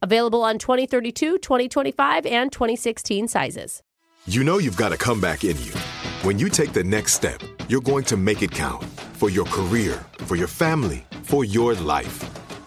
Available on 2032, 2025, and 2016 sizes. You know you've got a comeback in you. When you take the next step, you're going to make it count for your career, for your family, for your life.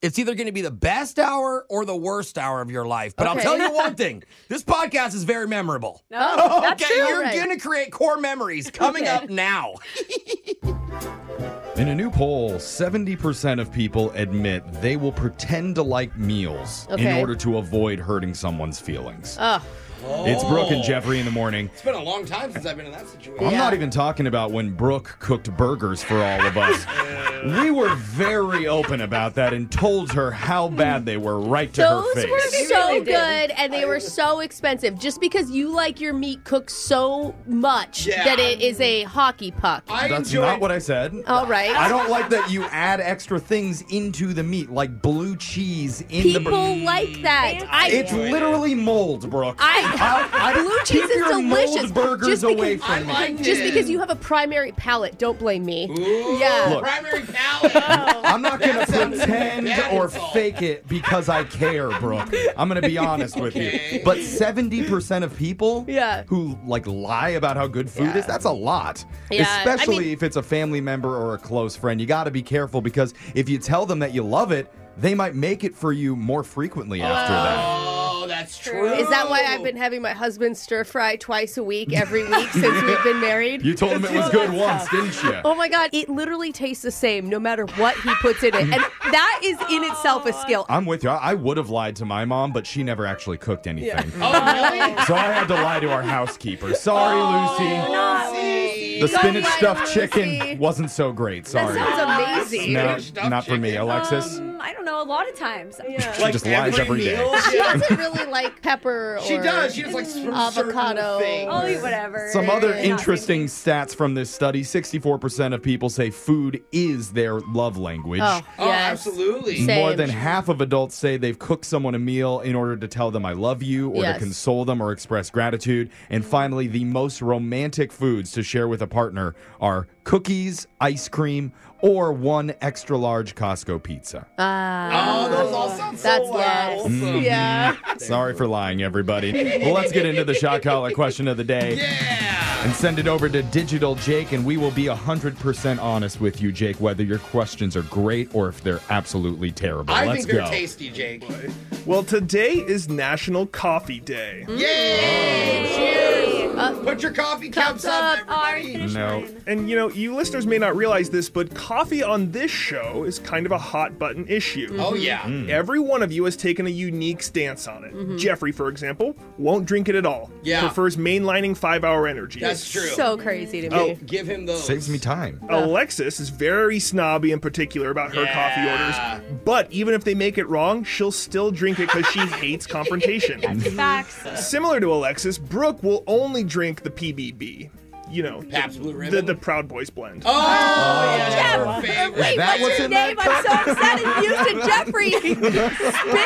It's either going to be the best hour or the worst hour of your life. But I'll Okay. tell you one thing this podcast is very memorable. Oh, okay, you're going to create core memories coming Okay. up now. In a new poll, 70% of people admit they will pretend to like meals in Okay. order to avoid hurting someone's feelings. Oh. It's Brooke and Jeffrey in the morning. It's been a long time since I've been in that situation. I'm not even talking about when Brooke cooked burgers for all of us. we were very open about that and told her how bad they were right to her Those face. were so really did. good and they were so expensive. Just because you like your meat cooked so much Yeah. that it is a hockey puck. I That's enjoyed- not what I said. All right. I don't like that you add extra things into the meat, like blue cheese in the People burger. like that. I It's literally mold, Brooke. I- I- I- blue cheese keep is your delicious. mold burgers just because, away from me. I liked Just it. because you have a primary palate, don't blame me. Ooh, Yeah. Look. primary palate. I'm not gonna sounds pretend bad or insult. fake it because I care, Brooke. I'm gonna be honest with you. Okay. But 70% of people Yeah. who like lie about how good food Yeah. is, that's a lot. Yeah, I Especially mean- if it's a family member or a close friend. You gotta be careful because if you tell them that you love it, they might make it for you more frequently after that. oh, that's true. Is that why I've been having my husband stir fry twice a week every week since we've been married? You told them it was good once, didn't you? Oh my God, it literally tastes the same no matter what he puts in it. And that is in itself a skill. I'm with you. I, I would have lied to my mom, but she never actually cooked anything. Oh, really? So I had to lie to our housekeeper. Sorry, Lucy. See? The spinach lie, stuffed Lucy. chicken wasn't so great. Sorry. That sounds amazing. no, Spinach stuffed not for me, chicken. Alexis. Um, I don't know. A lot of times. she just lies every day. meal, She yeah. doesn't really like pepper or She does. She just likes from avocado. Oh, certain things. I'll eat whatever. Some other Not same interesting stats from this study 64% of people say food is their love language. Oh, Oh, yes. absolutely. Same. More than half of adults say they've cooked someone a meal in order to tell them I love you or Yes. to console them or express gratitude. And finally, the most romantic foods to share with a partner are cookies, ice cream, or one extra large Costco pizza. Oh, those all sound so Uh, That's uh, yes. Mm-hmm. wholesome. Yeah. Sorry for lying, everybody. well, let's get into the shot collar question of the day Yeah. and send it over to Digital Jake, and we will be 100% honest with you, Jake, whether your questions are great or if they're absolutely terrible. I let's think they're go. tasty, Jake. Well, today is National Coffee Day. Yay! Cheers! Uh, Put Put your coffee cups up, everybody. No. And you know, you listeners may not realize this, but coffee on this show is kind of a hot button issue. Oh yeah. Mm-hmm. Every one of you has taken a unique stance on it. Jeffrey, for example, won't drink it at all. Yeah. Prefers mainlining five hour energy. That's true. So crazy to me. oh, give him those. Saves me time. Alexis is very snobby and particular about her Yeah. coffee orders, but even if they make it wrong, she'll still drink it because she hates confrontation. Mm-hmm. Facts. Similar to Alexis, Brooke will only drink the PBB. You know, Pabst Blue the, Ribbon. the Proud Boys blend. oh, yeah, that's her Jeff, favorite. wait, that what's what's your in name? I'm so upset it's used to Jeffrey. Spit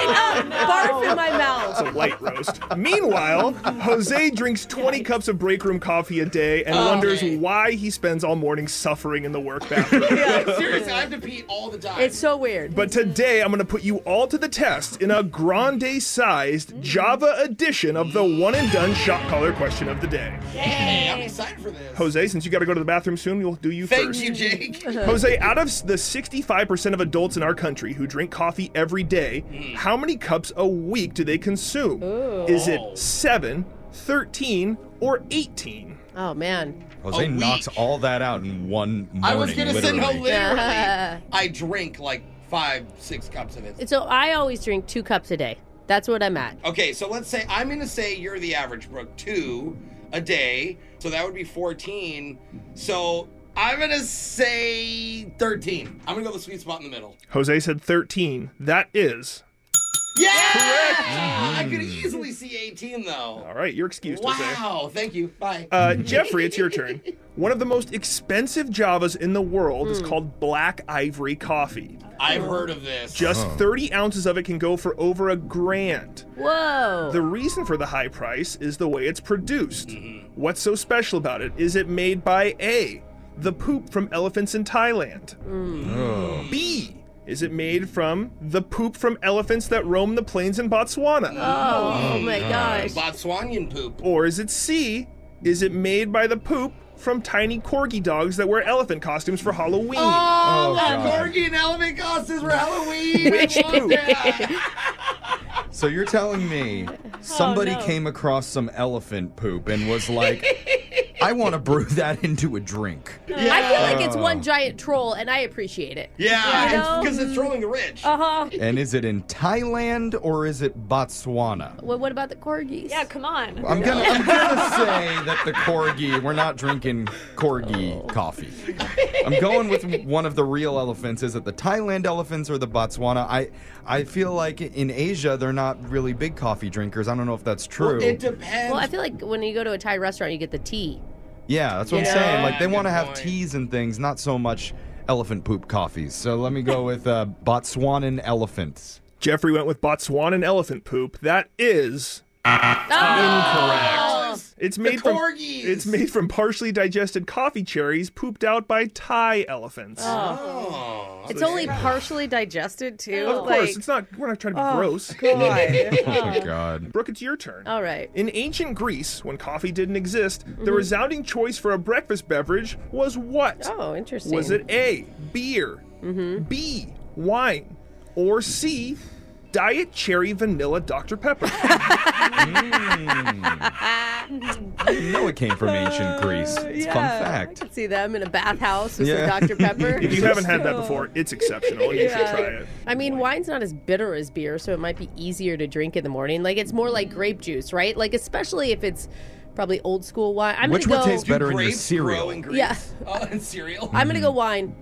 up, barf in my mouth. a light roast. Meanwhile, Jose drinks 20 cups of break room coffee a day and Oh, wonders Okay. why he spends all morning suffering in the work bathroom. Seriously, I have to pee all the time. It's so weird. But today I'm going to put you all to the test in a grande Mm. sized Java edition of the one and done shot caller question of the day. hey, I'm excited for this. Jose, since you got to go to the bathroom soon, we'll do you Thank first. you, Jake. Jose, out of the 65% of adults in our country who drink coffee every day, Mm. how many cups a week do they consume? Is Oh. it 7, 13, or 18? oh man. Jose A knocks week. all that out in one morning. I was gonna say no. literally. Literally, Yeah. I drink like five, six cups of it. So I always drink two cups a day. That's what I'm at. Okay, so let's say I'm gonna say you're the average Brooke two a day, so that would be 14. So I'm gonna say 13. I'm gonna go the sweet spot in the middle. Jose said 13. That is. Yeah, I could easily see 18 though. Mm-hmm. All right, you're excused, Jose. Wow, thank you. Bye. Uh, Jeffrey, it's your turn. One of the most expensive Javas in the world Hmm. is called Black Ivory Coffee. I've heard of this. Oh Just 30 ounces of it can go for over a grand. Whoa. The reason for the high price is the way it's produced. What's so special about it? Is it made by A, the poop from elephants in Thailand? Mm. Oh. B, is it made from the poop from elephants that roam the plains in Botswana? oh my gosh. Botswanian poop. Or is it C, is it made by the poop from tiny corgi dogs that wear elephant costumes for Halloween? Oh, my my God. Gorgian elephant costumes for Halloween. I love that. So you're telling me Oh, somebody came across some elephant poop and was like, I want to brew that into a drink. I feel like it's one giant troll, and I appreciate it. Yeah, know? because it's trolling the rich. Uh huh. And is it in Thailand or is it Botswana? Well, what about the corgis? Yeah, come on. I'm gonna, I'm gonna say that the corgi. We're not drinking corgi coffee. I'm going with one of the real elephants. Is it the Thailand elephants or the Botswana? I, I feel like in Asia they're not really big coffee drinkers. I don't know if that's true. It depends. Well, I feel like when you go to a Thai restaurant, you get the tea. yeah, that's what Yeah, I'm saying. Like they good want to have point. teas and things, not so much elephant poop coffees. So let me go with uh, Botswanan elephants. Jeffrey went with Botswanan elephant poop. That is Alex, It's made from corgis. it's made from partially digested coffee cherries pooped out by Thai elephants. Oh, It's only partially digested too. of like, course, it's not. We're not trying to be gross. God. Oh my god. Brooke, it's your turn. All right. In ancient Greece, when coffee didn't exist, Mm-hmm. the resounding choice for a breakfast beverage was what? Oh, interesting. Mm-hmm. was it A, beer, B, wine, or C, diet cherry vanilla Dr. Pepper? No, it came from ancient Greece. It's a fun fact. See them in a bathhouse with Yeah. some Dr. Pepper. if you haven't had that before, it's exceptional and you should try it. I mean, wine's not as bitter as beer, so it might be easier to drink in the morning. Like it's more like grape juice, right? Like especially if it's probably old school wine. I'm Which gonna would go. taste Do better in your grapes cereal. grow in Greece? Yeah. Oh, in cereal. I'm gonna go wine.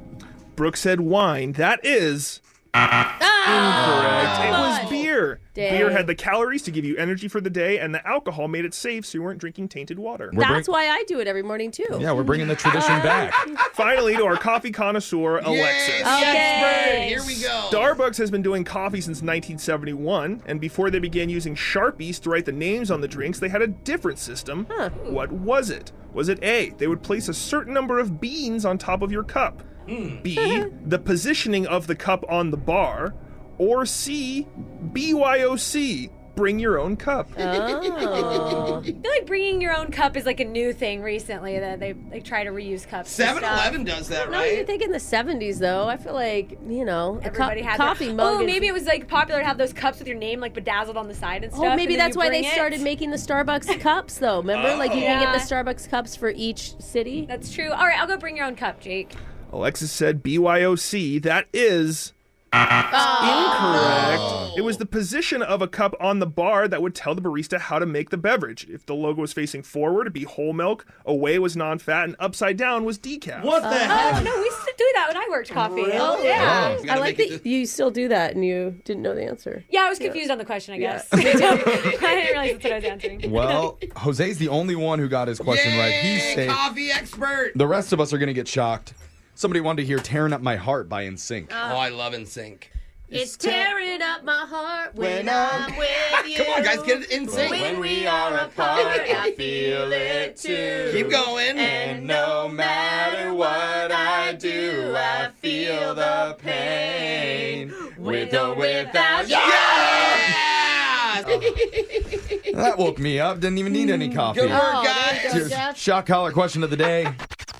Brooke said wine. That is Ah! incorrect. it was beer. Dang. Beer had the calories to give you energy for the day, and the alcohol made it safe so you weren't drinking tainted water. We're That's bring- why I do it every morning too. Yeah, we're bringing the tradition back. Finally, to our coffee connoisseur, Alexis. Yes, expert. Here we go. Starbucks has been doing coffee since 1971, and before they began using Sharpies to write the names on the drinks, they had a different system. What was it? Was it A, they would place a certain number of beans on top of your cup? B, the positioning of the cup on the bar? Or C, BYOC, bring your own cup. Oh. I feel like bringing your own cup is like a new thing recently that they like try to reuse cups. and stuff. 7-Eleven does that, No, you right? think in the 70s, though. I feel like, you know, a cup Everybody had their- coffee mug. Oh, is- maybe it was like popular to have those cups with your name like bedazzled on the side and Oh, stuff. maybe and then that's you why they bring it. started making the Starbucks cups, though. Remember? Like, you can get the Yeah. Starbucks cups for each city. Oh. That's true. All right, I'll go bring your own cup, Jake. Alexis said BYOC. That is incorrect. It was the position of a cup on the bar that would tell the barista how to make the beverage. If the logo was facing forward, it'd be whole milk, away was non fat, and upside down was decaf. What the Uh-huh. Oh heck? no, we used to do that when I worked coffee. Oh, Really? Oh, yeah. You I gotta like make it that to- you still do that and you didn't know the answer. Yeah, I was confused on the question, I guess. I didn't realize that's what I was answering. Well, Jose's the only one who got his question right. He's Yay, safe. coffee expert. The rest of us are going to get shocked. Somebody wanted to hear Tearing Up My Heart by NSYNC. Oh, I love in sync. It's tearing up my heart when, When I'm- I'm with you. Come on, guys, get it in sync. we are apart, I feel it too. Keep going. And no matter what I do, I feel the pain. With or without you. yeah! That woke me up. Didn't even need any coffee. Good work, guys. Here's Shock collar question of the day.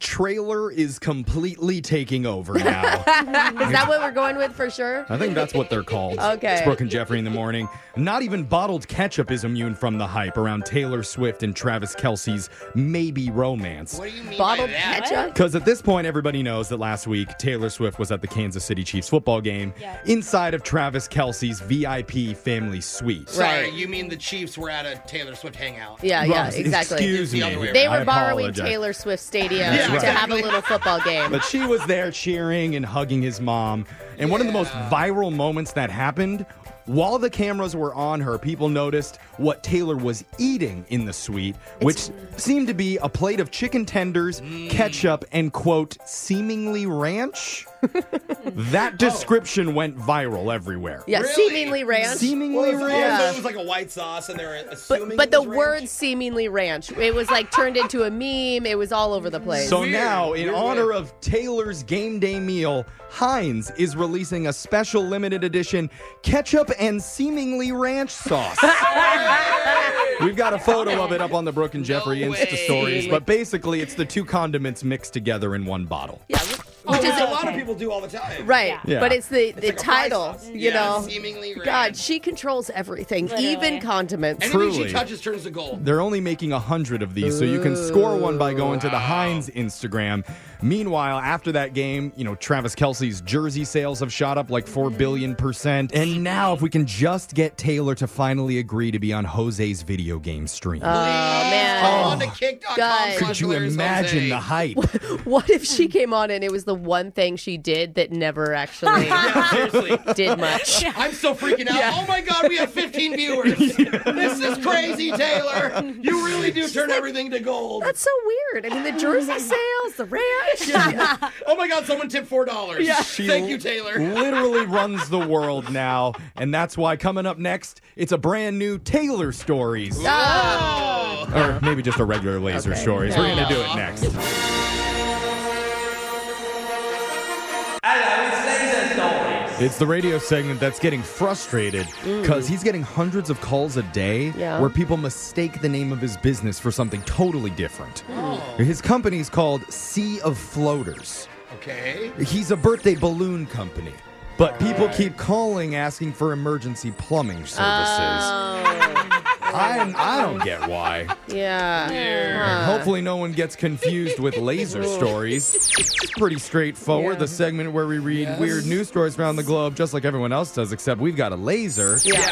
Trailer is completely taking over now. Is that what we're going with for sure? I think that's what they're called. Okay. It's Brooke and Jeffrey in the morning. Not even bottled ketchup is immune from the hype around Taylor Swift and Travis Kelsey's maybe romance. What do you mean Bottled by that? ketchup? Because at this point, everybody knows that last week Taylor Swift was at the Kansas City Chiefs football game inside of Travis Kelsey's VIP family suite. Sorry, Right. you mean the Chiefs were at a Taylor Swift hangout. Yeah, yeah, Ross, exactly. Excuse It's the me. other way They were I borrowing apologize. Taylor Swift Stadium Yeah, to have a exactly. little football game. But she was there cheering and hugging his mom. And one of the most viral moments that happened while the cameras were on her, people noticed what Taylor was eating in the suite, which seemed to be a plate of chicken tenders, Mm. ketchup, and quote, seemingly ranch. that description went viral everywhere. yeah, Really? seemingly ranch. Seemingly Well, ranch. It was like a white sauce, and they were assuming. but, but it the was word ranch. seemingly ranch, it was like turned into a meme. It was all over the place. So Weird, now, in weird honor way. of Taylor's game day meal, Heinz is releasing a special limited edition ketchup and seemingly ranch sauce. We've got a photo of it up on the Brooke and Jeffrey Insta way. stories, but basically it's the two condiments mixed together in one bottle. yeah, Oh, which Which is a lot of people do all the time. right. Yeah. But it's the, the like a fry title, sauce. you Yeah, know. seemingly God, ranch. she controls everything, even Literally. condiments. Anything truly. she touches turns to gold. They're only making a hundred of these, so you can score one by going to the Heinz Instagram. Meanwhile, after that game, you know, Travis Kelsey's jersey sales have shot up like four billion percent. And now if we can just get Taylor to finally agree to be on Jose's video game stream. oh man. on to kick.com. God. slash could you Hilarious imagine Jose. the hype? What if she came on and it was the one thing she did that never actually Seriously. did much? I'm so freaking out. Oh my God, we have 15 viewers. This is crazy, Taylor. You really do turn everything to gold. That's so weird. I mean, the jersey sales, the ranch. Oh my God, someone tipped $4. Thank you, Taylor. Literally runs the world now, and that's why coming up next, it's a brand new Taylor stories, Ah. Oh. or maybe just a regular laser stories. We're gonna do it next. It's the radio segment that's getting frustrated because he's getting hundreds of calls a day Yeah. where people mistake the name of his business for something totally different. His company's called Sea of Floaters. Okay. He's a birthday balloon company. But people keep calling asking for emergency plumbing services. Uh. I, I don't get why. Oh, yeah. And hopefully, no one gets confused with laser stories. It's pretty straightforward. The segment where we read weird news stories around the globe, just like everyone else does, except we've got a laser. Yeah.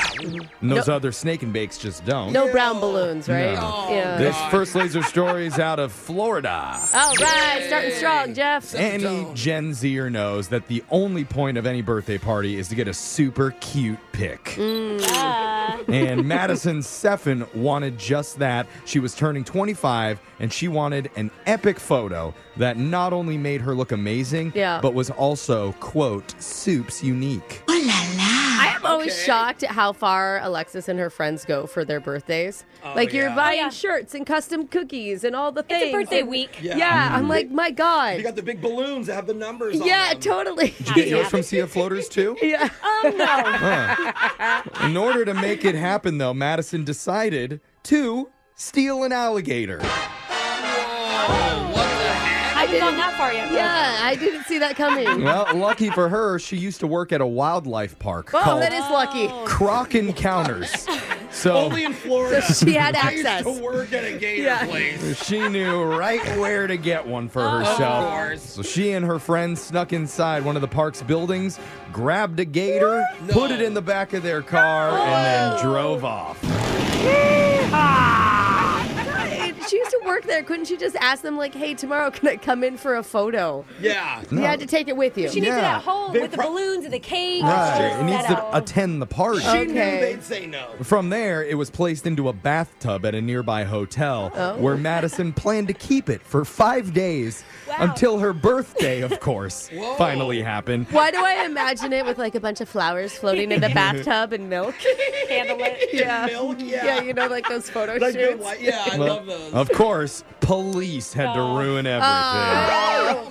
And those other snake and bakes just don't. No brown balloons, right? Oh, No. Oh, Yeah. This first laser story is out of Florida. All right, starting strong, Jeff. Any Gen Zer knows that the only point of any birthday party is to get a super cute pic. Mm. and Madison Seffen wanted just that. She was turning 25 and she wanted an epic photo that not only made her look amazing, Yeah. but was also, quote, soups unique. I am always shocked at how far Alexis and her friends go for their birthdays. Oh, like you're yeah. buying Oh, yeah. shirts and custom cookies and all the a things. birthday and- week. Yeah, Yeah. Mm-hmm. I'm like, my God. You got the big balloons that have the numbers on yeah, them. Oh, totally. Did you get yours from Sea of Floaters too? Yeah. Um, no. Huh. In order to make it happen, though, Madison decided to steal an alligator. I haven't gone that far yet. Yeah, I didn't see that coming. Well, lucky for her, she used to work at a wildlife park oh, called that is lucky. Croc Encounters. So Only in Florida. So she had I used access. to work at a gator Yeah. place. She knew right where to get one for herself. course. So she and her friend snuck inside one of the park's buildings, grabbed a gator, put it in the back of their car, and then drove off. Oh. Right. She used to work there. Couldn't she just ask them, like, hey, tomorrow, can I come in for a photo? Yeah. You had to take it with you. She needs it Yeah. at home with the balloons and the cake. Right. It Set needs to out. attend the party. She knew Okay. they'd say no. From there, it was placed into a bathtub at a nearby hotel Oh. where Madison planned to keep it for five days until her birthday, of course, finally happened. Why do I imagine it with like a bunch of flowers floating in a bathtub and milk? Handle it. Yeah. Milk? Yeah. Yeah, you know, like those photo Like, you're shoots. like- yeah, I Well, love those. Of course, police had to ruin everything.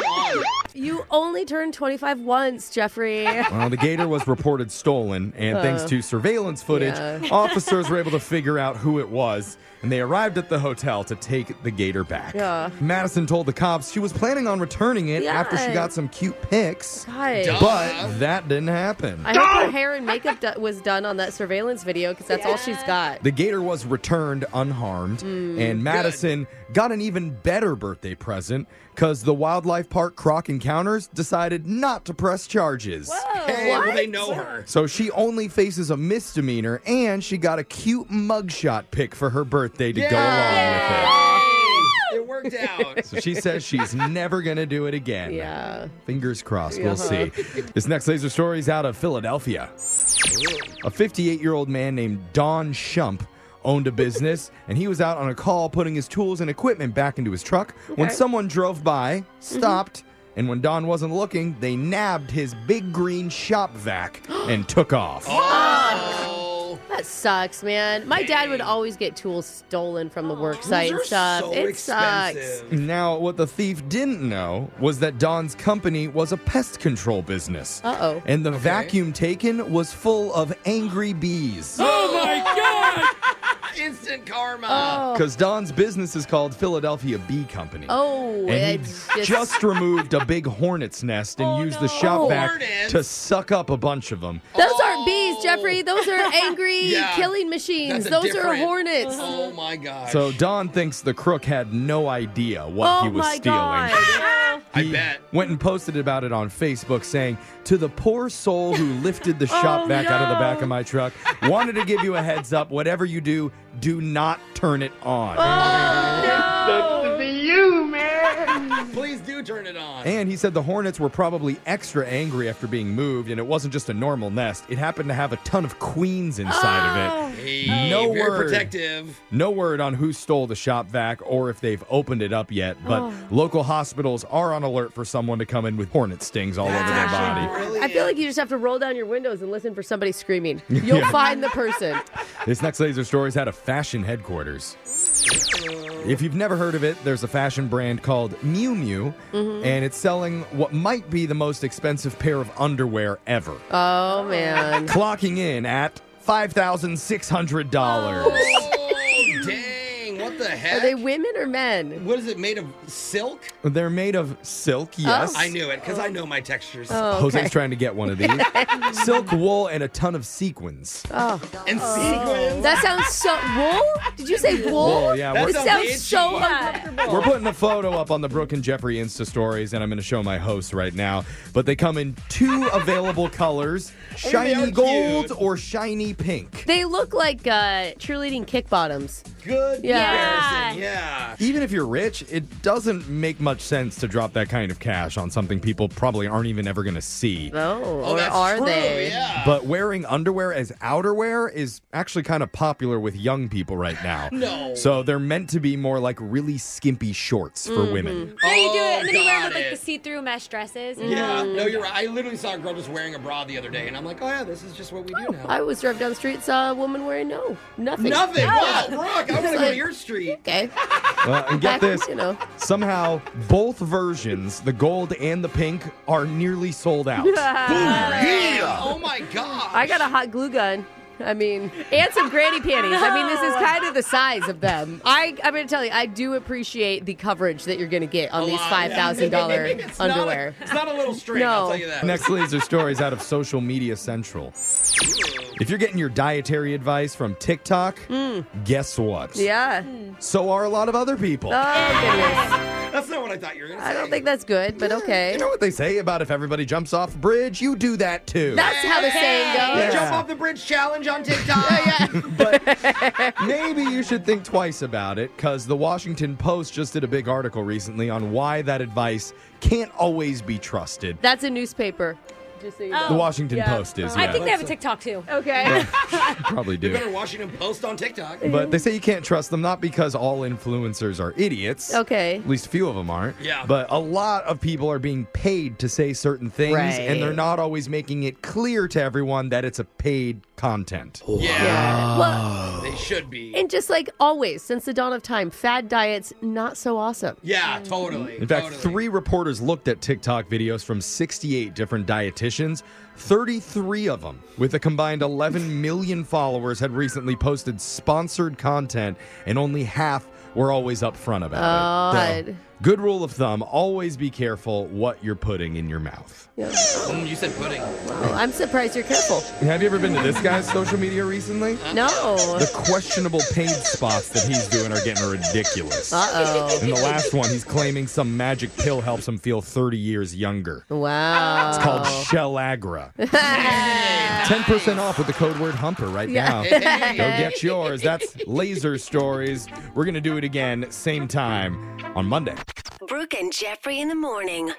You only turned 25 once, Jeffrey. Well, the gator was reported stolen, and thanks to surveillance footage, yeah. officers were able to figure out who it was, and they arrived at the hotel to take the gator back. Yeah. Madison told the cops she was planning on returning it after she Yeah. got some cute pics, Hi. but that didn't happen. I hope her hair and makeup do- was done on that surveillance video because that's all she's got. the gator was returned unharmed, and Madison got an even better birthday present because the wildlife park Croc Encounters decided not to press charges. Oh, Hey, well, they know her. So she only faces a misdemeanor, and she got a cute mugshot pic for her birthday to go along with It worked out. it. So she says she's never going to do it again. Yeah. Fingers crossed, we'll see. This next laser story is out of Philadelphia. A 58 year old man named Don Shump owned a business, and he was out on a call putting his tools and equipment back into his truck when someone drove by, stopped, and when Don wasn't looking, they nabbed his big green shop vac and took off. Oh. That sucks, man. My dad would always get tools stolen from the work site and Those are stuff. so it sucks. expensive. Now, what the thief didn't know was that Don's company was a pest control business. Uh-oh. And the vacuum taken was full of angry bees. Oh. Instant karma. Because Don's business is called Philadelphia Bee Company. Oh, And he it's Oh, just, removed a big hornet's nest and used the shop vac Hornets? to suck up a bunch of them. Those aren't bees, Jeffrey. Those are angry Oh. Yeah. killing machines. That's a Those are different- hornets. Oh my gosh. So Don thinks the crook had no idea what Oh he was my stealing. god. I bet. went and posted about it on Facebook saying, To the poor soul who lifted the shop Oh, vac out of the no. back of my truck, wanted to give you a heads up. Whatever you do, do not turn it on. Oh. Please do turn it on. And he said the hornets were probably extra angry after being moved, and it wasn't just a normal nest. It happened to have a ton of queens inside Oh. of it. Hey, No very word. protective. No word on who stole the shop vac or if they've opened it up yet, but Oh. local hospitals are on alert for someone to come in with hornet stings all over their body. Really I feel like you just have to roll down your windows and listen for somebody screaming. You'll find the person. This next laser story is out of fashion headquarters. If you've never heard of it, there's a fashion brand called Miu Miu, Mm-hmm. and it's selling what might be the most expensive pair of underwear ever, Oh man. clocking in at $5,600. Oh, dang. What the Are heck? they women or men? what is it made of? Silk? They're made of silk, yes. Oh. I knew it because I know my textures. Oh, okay. Jose's trying to get one of these. silk wool and a ton of sequins. and sequins. oh. That sounds so wool? Did you say wool? Wool, yeah, It we're- sounds Itchy. so uncomfortable. We're putting a photo up on the Brooke and Jeffrey Insta stories, and I'm going to show my hosts right now. But they come in two available colors they shiny are gold cute. or shiny pink. They look like uh, cheerleading kick bottoms. Good. Yeah. comparison. Yeah. Even if you're rich, it doesn't make much sense to drop that kind of cash on something people probably aren't even ever going to see. Oh, or are they? But wearing underwear as outerwear is actually kind of popular with young people right now. No. So they're meant to be more like really skimpy shorts for Mm-hmm. Mm-hmm. women. Yeah, you do it, and then you wear Oh, got it with like it. the see-through mesh dresses. Yeah, no, you're right. I literally saw a girl just wearing a bra the other day, and I'm like, oh yeah, this is just what we do now. I was driving down the street, saw a woman wearing no, nothing. Nothing. Yeah. Wow, Brooke, I want to go to your street. Okay. Well, and get Back, this, you know. somehow both versions, the gold and the pink, are nearly sold out. Oh my god. I got a hot glue gun. I mean, and some granny panties. I mean, this is kind of the size of them. I, I'm going to tell you, I do appreciate the coverage that you're going to get on these five thousand dollar It's not a- underwear. it's not a little string, No. I'll tell you that. Next laser stories out of Social Media Central. If you're getting your dietary advice from TikTok, guess what? Yeah. So are a lot of other people. Uh. Oh goodness. That's not what I thought you were going to say. I don't think that's good, but okay. You know what they say about if everybody jumps off a bridge, you do that too. That's how the saying goes. Yeah. Jump off the bridge challenge on TikTok. Maybe you should think twice about it because the Washington Post just did a big article recently on why that advice can't always be trusted. That's a newspaper. Just so you know. The Washington Post is, I yeah. think they have a TikTok too. Okay. Probably You do. better Washington Post on TikTok. But they say you can't trust them, not because all influencers are idiots. Okay. At least a few of them aren't. Yeah. But a lot of people are being paid to say certain things, Right. and they're not always making it clear to everyone that it's a paid content. Yeah, Well, they should be. and just like always, since the dawn of time, fad diets not so awesome. Yeah, totally. In fact, totally. three reporters looked at TikTok videos from 68 different dietitians. 33 of them, with a combined 11 million followers, had recently posted sponsored content, and only half were always upfront about it. So, God. good rule of thumb always be careful what you're putting in your mouth. Mm, you said pudding. Well, Oh, I'm surprised you're careful. Have you ever been to this guy's social media recently? No. The questionable paid spots that he's doing are getting ridiculous. Uh In the last one, he's claiming some magic pill helps him feel 30 years younger. oh. Wow. It's called Shellagra. 10% Oh. off with the code word humper right now. Go get yours. That's Laser Stories. We're going to do it again, same time on Monday. Brooke and Jeffrey in the morning.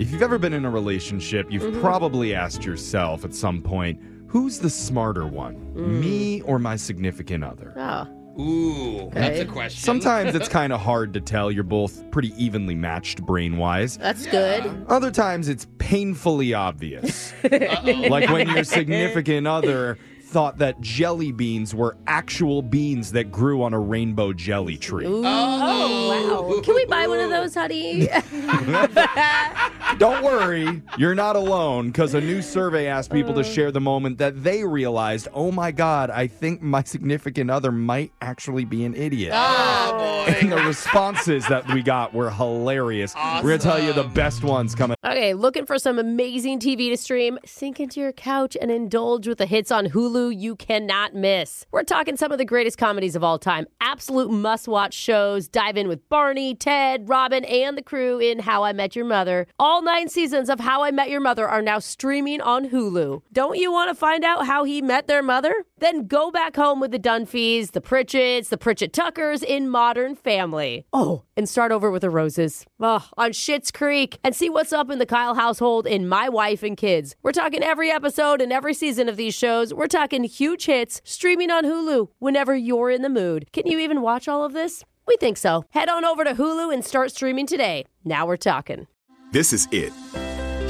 If you've ever been in a relationship, you've probably asked yourself at some point, who's the smarter one, me or my significant other? Oh. Ooh, that's a question. Sometimes it's kind of hard to tell. You're both pretty evenly matched brain wise. That's good. Other times it's painfully obvious. like when your significant other thought that jelly beans were actual beans that grew on a rainbow jelly tree. Oh, wow. Can we buy one of those, honey? Don't worry, you're not alone because a new survey asked people to share the moment that they realized, oh my God, I think my significant other might actually be an idiot. Oh boy. And the responses that we got were hilarious. We're going to tell you the best ones coming. okay, looking for some amazing TV to stream? Sink into your couch and indulge with the hits on Hulu you cannot miss. We're talking some of the greatest comedies of all time, absolute must watch shows. Dive in with Barney, Ted, Robin, and the crew in How I Met Your Mother. All nine seasons of How I Met Your Mother are now streaming on Hulu. Don't you want to find out how he met their mother? Then go back home with the Dunphys, the Pritchett's, the Pritchett Tuckers in Modern Family. Oh, and start over with the Roses. Ugh, on Schitt's Creek and see what's up in the Kyle household in My Wife and Kids. We're talking every episode and every season of these shows. We're talking huge hits streaming on Hulu whenever you're in the mood. Can you even watch all of this? We think so. Head on over to Hulu and start streaming today. Now we're talking. This is it.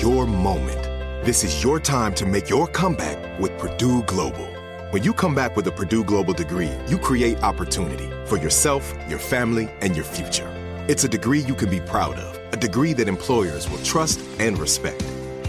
Your moment. This is your time to make your comeback with Purdue Global. When you come back with a Purdue Global degree, you create opportunity for yourself, your family, and your future. It's a degree you can be proud of, a degree that employers will trust and respect.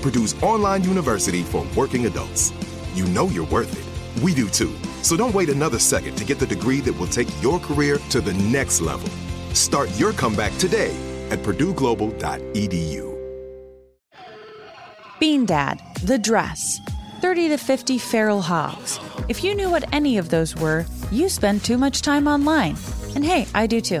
Purdue's online university for working adults. You know you're worth it. We do too. So don't wait another second to get the degree that will take your career to the next level. Start your comeback today at purdueglobal.edu. Bean Dad, The Dress, 30 to 50 Feral Hogs. If you knew what any of those were, you spend too much time online. And hey, I do too.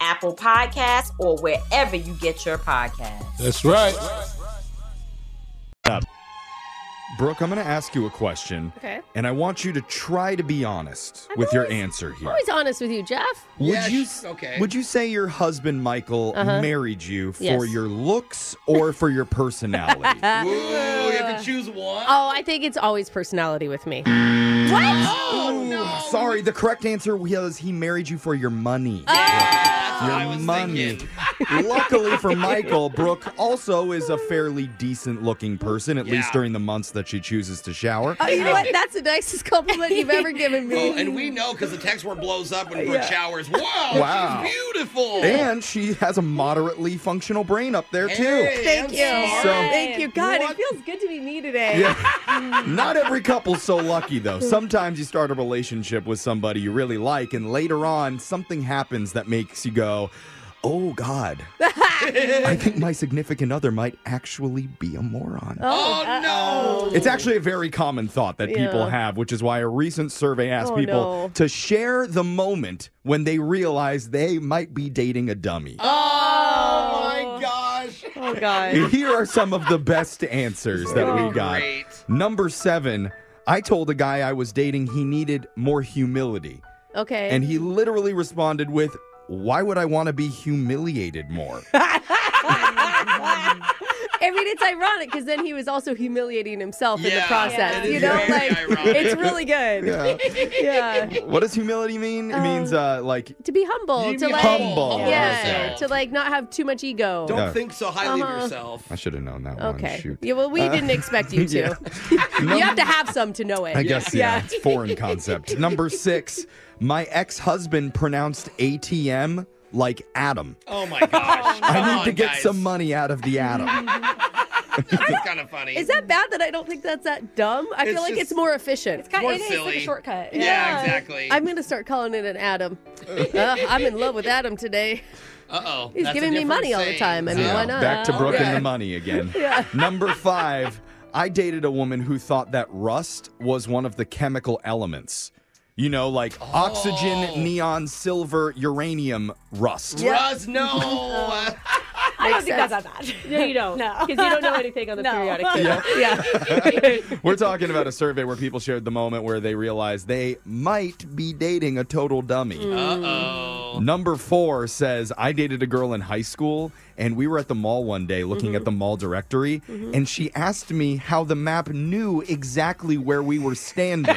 Apple Podcasts, or wherever you get your podcasts. That's right. Up. Brooke, I'm going to ask you a question. Okay. And I want you to try to be honest with your answer I'm here. always honest with you, Jeff. Would you Would you say your husband Michael Uh-huh. married you for Yes. your looks or for your personality? you have to choose one. Oh, I think it's always personality with me. What? Oh, no. Sorry, the correct answer was he married you for your money. Oh. your money. Luckily for Michael, Brooke also is a fairly decent looking person, at least during the months that she chooses to shower. Oh, you know what? That's the nicest compliment you've ever given me. Oh, and we know because the text word blows up when Brooke Yeah. showers. Wow, Wow. she's beautiful. And she has a moderately functional brain up there, too. Thank you. So- Thank you. God, it feels good to be me today. Yeah. Not every couple's so lucky, though. Sometimes you start a relationship with somebody you really like, and later on, something happens that makes you go, Oh, God, I think my significant other might actually be a moron. Oh, no. It's actually a very common thought that people Yeah. have, which is why a recent survey asked Oh, people no. to share the moment when they realize they might be dating a dummy. Oh, my gosh. Oh god. Here are some of the best answers that we Oh, got. great. Number seven, I told a guy I was dating he needed more humility. Okay. And he literally responded with, Why would I want to be humiliated more? I mean, it's ironic because then he was also humiliating himself in the Yeah, process. it is You know, very like ironic. it's really good. Yeah. Yeah. Um, what does humility mean? It means uh, like To be humble, to be like, humble. yeah, Yeah. to like not have too much ego. Don't Yeah. think so highly Uh-huh. of yourself. uh, I should have known that one. Okay. Shoot. Yeah, well, we Uh, didn't expect you to. yeah. you have to have some to know it. I guess yeah, it's foreign concept. Number six, my ex-husband pronounced ATM like Adam. Oh my gosh. I Come need to on, get guys. some money out of the Adam. That's kind of funny. Is that bad that I don't think that's that dumb? I It's feel like just- it's more efficient. It's kind- More it is like a silly. shortcut. Yeah, exactly. I'm gonna start calling it an Adam. Uh, I'm in love with Adam today. Uh oh. He's giving me money all the time. I mean, Yeah, why not? Back to Brooke and the money again. Yeah. Number five, I dated a woman who thought that rust was one of the chemical elements. You know, like Oh. oxygen, neon, silver, uranium, rust. Russ, no. I don't think Makes that's that sense. bad. Oh. No, you don't. No. Because you don't know anything on the periodic Yeah. table. Yeah. We're talking about a survey where people Mm. shared the moment where they realized they might be dating a total dummy. Uh oh. Number four says, I dated a girl in high school, and we were at the mall one day looking Mm-hmm. at the mall directory, Mhm. and she asked me how the map knew exactly where we were standing.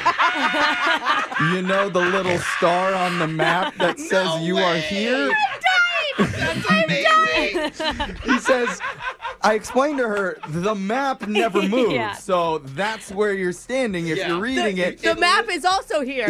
you know, the little star on the map that says you are here? He says, I explained to her the map never moves, Yeah. so that's where you're standing if you're reading the, it. The map is also here.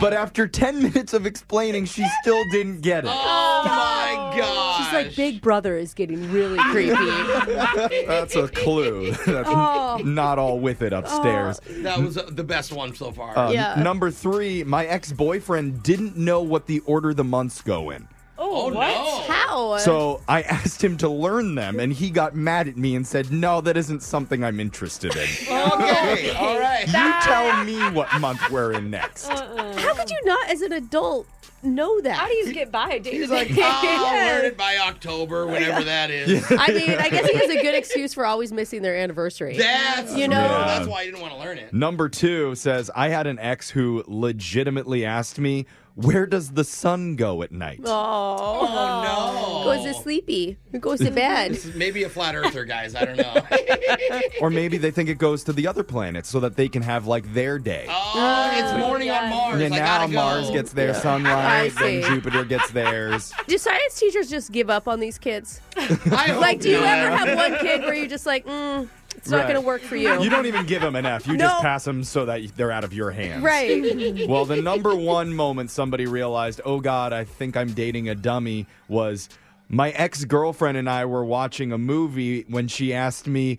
But after 10 minutes of explaining, she still didn't get it. Oh my god. She's like, Big Brother is getting really Oh, creepy. That's a clue. That's Oh. not all with it upstairs. Oh. That was uh, the best one so far. Uh, Number three, my ex boyfriend didn't know what the order the months go in. oh, what? How? So I asked him to learn them, and he got mad at me and said, No, that isn't something I'm interested in. okay, all right. you tell me what month we're in next. How could you not, as an adult, know that? Uh-uh. How do you get by day He's like, oh, I'll learn it by October, whenever that is. I mean, I guess he has a good excuse for always missing their anniversary. That's you know, Yeah. that's why I didn't want to learn it. Number two says, I had an ex who legitimately asked me, Where does the sun go at night? Oh, no. Goes to sleepy. Goes to bed. This is maybe a flat earther, guys. I don't know. or maybe they think it goes to the other planets so that they can have like their day. Oh, it's morning on Mars. and I then now gotta go. Mars gets their Yeah. sunlight, I then see. Jupiter gets theirs. Do science teachers just give up on these kids? like, hope do you not. ever have one kid where you're just like, mm, it's not Right. going to work for you? You don't even give them an F. You No. just pass them so that they're out of your hands. Right. Well, the number one moment somebody realized, oh God, I think I'm dating a dummy was my ex girlfriend and I were watching a movie when she asked me,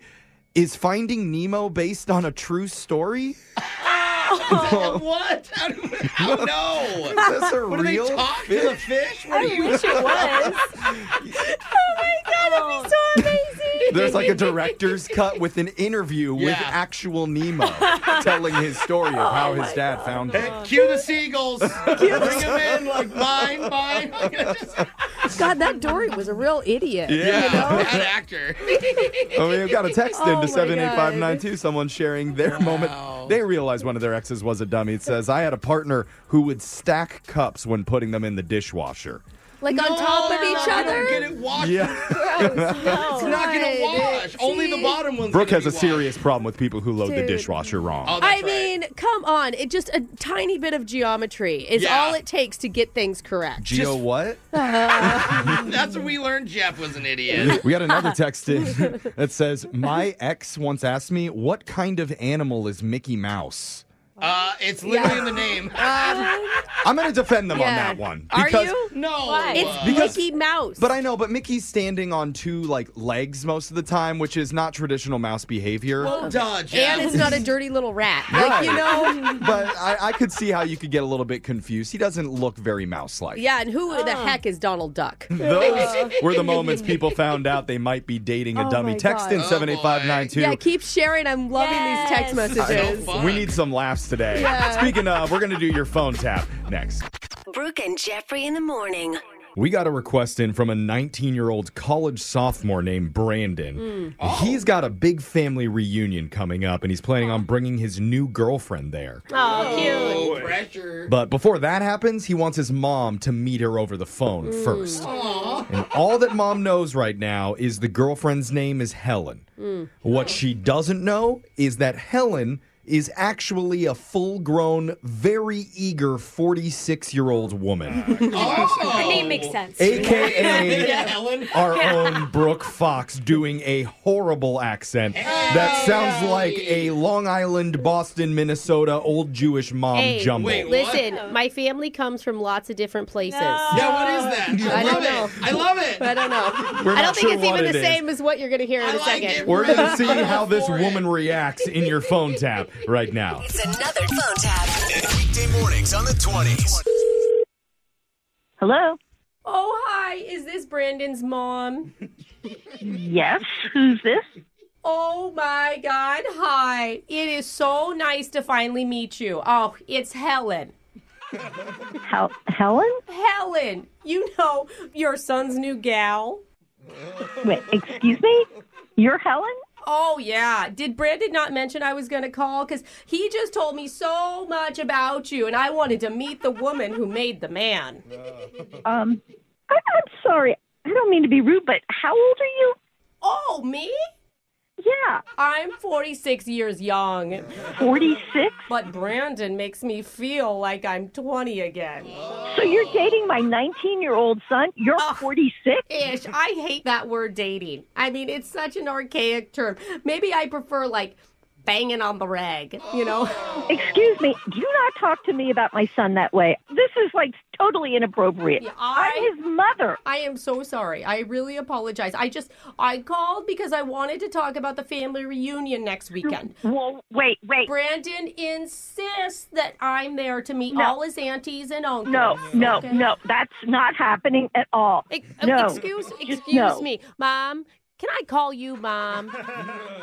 Is Finding Nemo based on a true story? what? How do- how- no. Oh. Is this a what real Are they talking to the fish? What I are you- wish it was. oh my god, that'd be so amazing. There's like a director's cut with an interview with Yeah. Oh actual Nemo telling his story of how his dad found him. Cue the seagulls. Bring them in like mine, mine. God, that Dory was a real idiot. Yeah. Bad actor. Oh, we've got a text Oh into my 78592. Someone sharing their moment. They realize one of their exes was a dummy. It says, I had a partner who would stack cups when putting them in the dishwasher. Like on top of they're each not gonna other. Get it washed. Yeah. It's not gonna wash. Only the bottom one's Brooke gonna Oh, has a serious problem with people who load the Dude. dishwasher wrong. I mean, come on. It just a tiny bit of geometry is Yeah. all it takes to get things correct. uh-huh. Geo what? be. That's what we learned. Jeff was an idiot. we got another text in that says, My ex once asked me, What kind of animal is Mickey Mouse? Uh, it's literally in the name. I'm going to defend them on Um, Yeah. that one. Are because- you? No. It's Because- Mickey Mouse. But I know, but Mickey's standing on two like legs most of the time, which is not traditional mouse behavior. Well, dodge. and it's not a dirty little rat. Like, you know. but I, I could see how you could get a little bit confused. He doesn't look very mouse-like. Yeah, and who the heck is Donald Duck? Those were the moments people found out they might be dating a Oh dummy. my Text in God. seven eight five nine two. Yeah, keep sharing. I'm loving these text messages. we need some laughs today. Yeah. Speaking of, we're gonna do your phone tap next. Brooke and Jeffrey in the morning. We got a request in from a 19 year old college sophomore named Brandon. Mm. He's got a big family reunion coming up, and he's planning on bringing his new girlfriend there. Oh, cute. pressure. But before that happens, he wants his mom to meet her over the phone Hmm. first. Aw. And all that mom knows right now is the girlfriend's name is Helen. What she doesn't know is that Helen is actually a full grown, very eager 46 year old woman. Her name makes sense. AKA Yeah, Ellen. our Yeah. own Brooke Fox doing a horrible accent that sounds like a Long Island, Boston, Minnesota old Jewish mom Hey, jumble. listen, my family comes from lots of different places. Yeah, what is that? I I don't love it. know. I love it. I don't know. We're I not don't think sure it's what even it the is. same as what you're going to hear in a second. We're going to see how this woman reacts in your phone tap right now. It's another phone tap. Weekday mornings on the 20s. Hello? Oh, hi. Is this Brandon's mom? Yes. Who's this? Oh my God. Hi. It is so nice to finally meet you. Oh, it's Helen. Hel- Helen? Helen, you know, your son's new gal. Wait, excuse me? You're Helen? Oh yeah. Did Brandon not mention I was going to call? Because he just told me so much about you, and I wanted to meet the woman who made the man. Um, I- I'm sorry. I don't mean to be rude, but how old are you? Oh, me? Yeah. I'm 46 years young. 46? But Brandon makes me feel like I'm 20 again. So you're dating my 19 year old son? You're 46? Ish. I hate that word dating. I mean, it's such an archaic term. Maybe I prefer like banging on the rag, you know? Excuse me. Do not talk to me about my son that way. This is like totally inappropriate. I, I'm his mother. I am so sorry. I really apologize. I just I called because I wanted to talk about the family reunion next weekend. Well, wait, wait. Brandon insists that I'm there to meet No. all his aunties and uncles. No, no, Okay? no. That's not happening at all. Ex- oh, no. Excuse, Just excuse no. me, mom. Can I call you mom?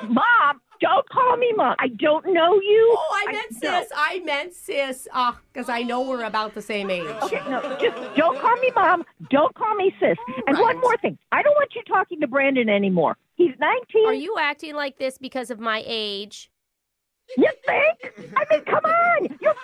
Mom, don't call me mom. I don't know you. Oh, I meant no. sis. I meant sis. Ah, because I know we're about the same age. Okay, no, just don't call me mom. Don't call me sis. And one more thing. I don't want you talking to Brandon anymore. He's 19. Are you acting like this because of my age? You think? I mean, come on. You're 46.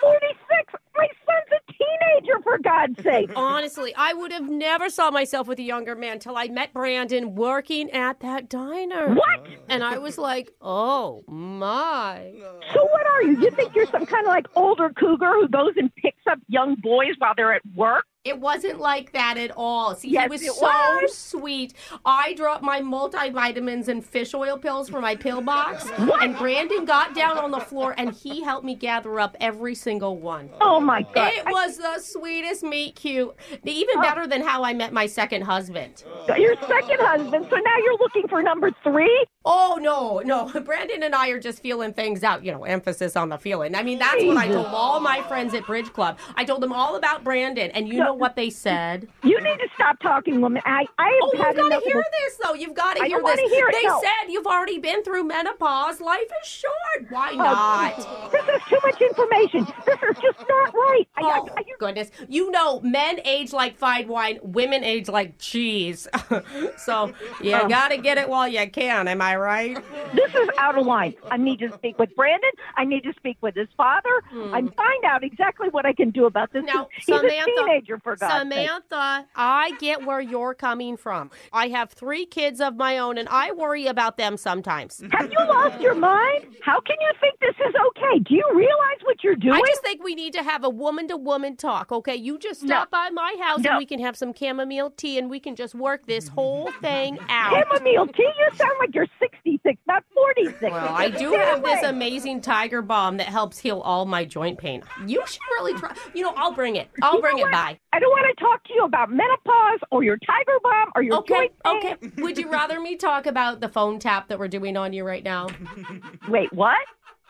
My son's a teenager, for God's sake. Honestly, I would have never saw myself with a younger man till I met Brandon working at that diner. What? And I was like, oh my. So what are you? You think you're some kind of like older cougar who goes and picks up young boys while they're at work? It wasn't like that at all. See, Yes, he was it so was. sweet. I dropped my multivitamins and fish oil pills from my pill box, and Brandon got down on the floor and he helped me gather up every single one. Oh my God. It was the sweetest meet cute. Even better than how I met my second husband. Your second husband. So now you're looking for number three? Oh no, no. Brandon and I are just feeling things out, you know, emphasis on the feeling. I mean, that's what I told all my friends at Bridge Club. I told them all about Brandon, and you know what they said? You need to stop talking, woman. I, I have Oh, had you've got enough to hear of this. this, though. You've got to I hear don't wanna this. hear it, they no. said you've already been through menopause. Life is short. Why not? Oh, This is too much information. This is just not right. I, Oh, goodness. You know, men age like fine wine, women age like cheese. so you Oh. got to get it while you can. Am I right? this is out of line. I need to speak with Brandon. I need to speak with his father. Hmm. I find out exactly what I can do about this. Now, He's Samantha, a teenager, for God's sake. Samantha, I get where you're coming from. I have three kids of my own, and I worry about them sometimes. Have you lost your mind? How can you think this is okay? Do you realize what you're doing? I just think we need to have a woman to woman talk, okay? You just No. stop by my house No. and we can have some chamomile tea and we can just work this whole thing out. Chamomile tea, you sound like you're 66, not 46. Well, I do Get have this away. amazing tiger balm that helps heal all my joint pain. You should really try. You know, I'll bring it. I'll bring it by. I don't want to talk to you about menopause or your tiger bomb or your Okay, joint pain. okay. Would you rather me talk about the phone tap that we're doing on you right now? Wait, what?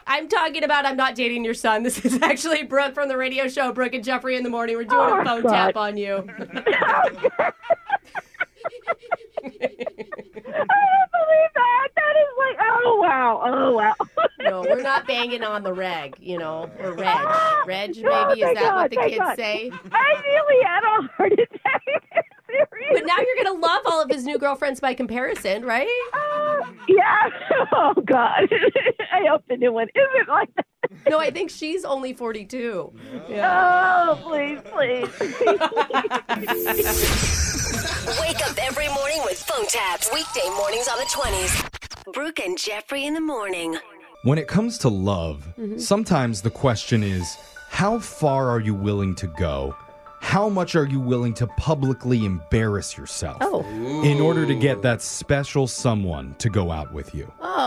I'm talking about I'm not dating your son. This is actually Brooke from the radio show, Brooke and Jeffrey in the morning. We're doing Oh, a phone God. tap on you. I don't believe that. That is like, oh wow, oh wow. No, we're not banging on the reg, you know, or reg. Reg, maybe Oh, is that thank God, what the thank kids God. say? I nearly had a heart attack. Seriously. But now you're gonna love all of his new girlfriends by comparison, right? Uh, Yeah. Oh God. I hope the new one isn't like that. No, I think she's only 42. Oh, please, please. Wake up every morning with phone taps. Weekday mornings on the 20s. Brooke and Jeffrey in the morning. When it comes to love, sometimes the question is how far are you willing to go? How much are you willing to publicly embarrass yourself Oh. in order to get that special someone to go out with you? Oh.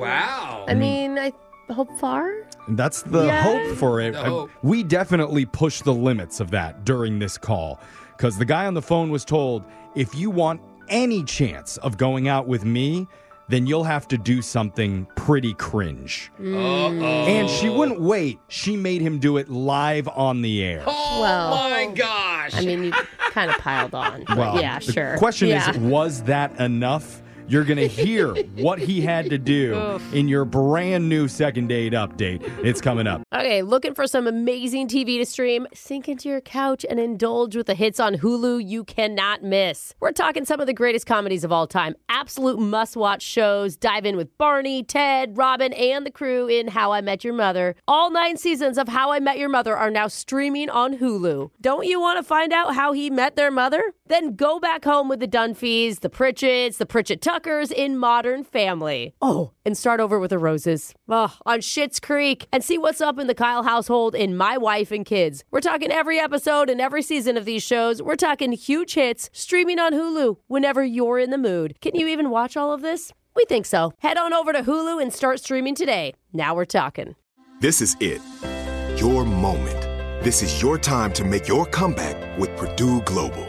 Wow. I mean, I hope far. And That's the Yeah. hope for it. The I- hope. we definitely push the limits of that during this call because the guy on the phone was told if you want any chance of going out with me, then you'll have to do something pretty cringe. Mm. And she Oh. wouldn't wait. She made him do it live on the air. Oh Well. my gosh. I mean, you kind of piled on. but Well, yeah, the sure. question Yeah. is was that enough? You're going to hear what he had to do Oof. in your brand new second date update. It's coming up. Okay, looking for some amazing TV to stream? Sink into your couch and indulge with the hits on Hulu you cannot miss. We're talking some of the greatest comedies of all time, absolute must watch shows. Dive in with Barney, Ted, Robin, and the crew in How I Met Your Mother. All nine seasons of How I Met Your Mother are now streaming on Hulu. Don't you want to find out how he met their mother? Then go back home with the Dunphys, the Pritchett's, the Pritchett Tuckers in Modern Family. Oh, and start over with the Roses. Ugh, on Schitt's Creek and see what's up in the Kyle household in My Wife and Kids. We're talking every episode and every season of these shows. We're talking huge hits streaming on Hulu whenever you're in the mood. Can you even watch all of this? We think so. Head on over to Hulu and start streaming today. Now we're talking. This is it. Your moment. This is your time to make your comeback with Purdue Global.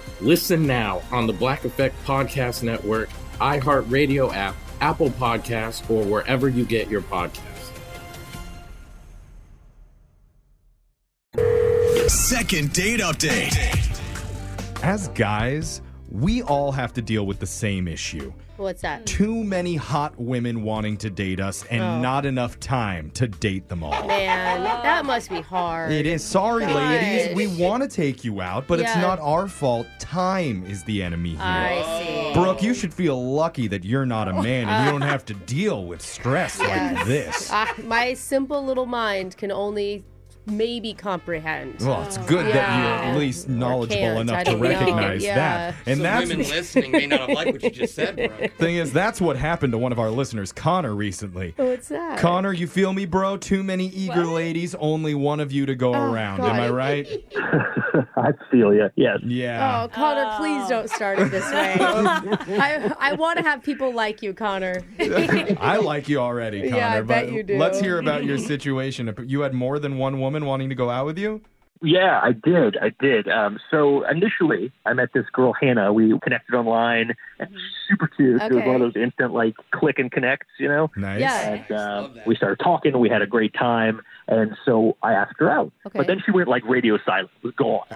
Listen now on the Black Effect Podcast Network, iHeartRadio app, Apple Podcasts, or wherever you get your podcasts. Second date update. As guys, we all have to deal with the same issue. What's that? Too many hot women wanting to date us and Oh. not enough time to date them all. Man, that must be hard. It is. Sorry, Gosh. ladies. We want to take you out, but it's Yeah. not our fault. Time is the enemy here. I see. Brooke, you should feel lucky that you're not a man and you don't have to deal with stress like Yes. this. Ah, my simple little mind can only maybe comprehend. Well, it's good that you're Yeah. at least can't. knowledgeable I enough to don't know. recognize Yeah. that. And Some that's women listening may not have liked what you just said, bro. thing is, that's what happened to one of our listeners, Connor, recently. What's that? Connor, you feel me, bro? Too many eager ladies, only one of you to go around. Am I Oh, God. right? I feel you. Yes. Yeah. Oh, Connor, please don't start it this way. I, I want to have people like you, Connor. I like you already, Connor. Oh. Yeah, I but bet you do. Let's hear about your situation. You had more than one woman wanting to go out with you? Yeah, I did. I did. Um, so initially, I met this girl Hannah. We connected online. And super cute. It was Okay. one of those instant like click and connects, you know. Nice. Yeah. And um, we started talking. We had a great time. And so I asked her out. Okay. Uh. But then she went like radio silent. Was gone.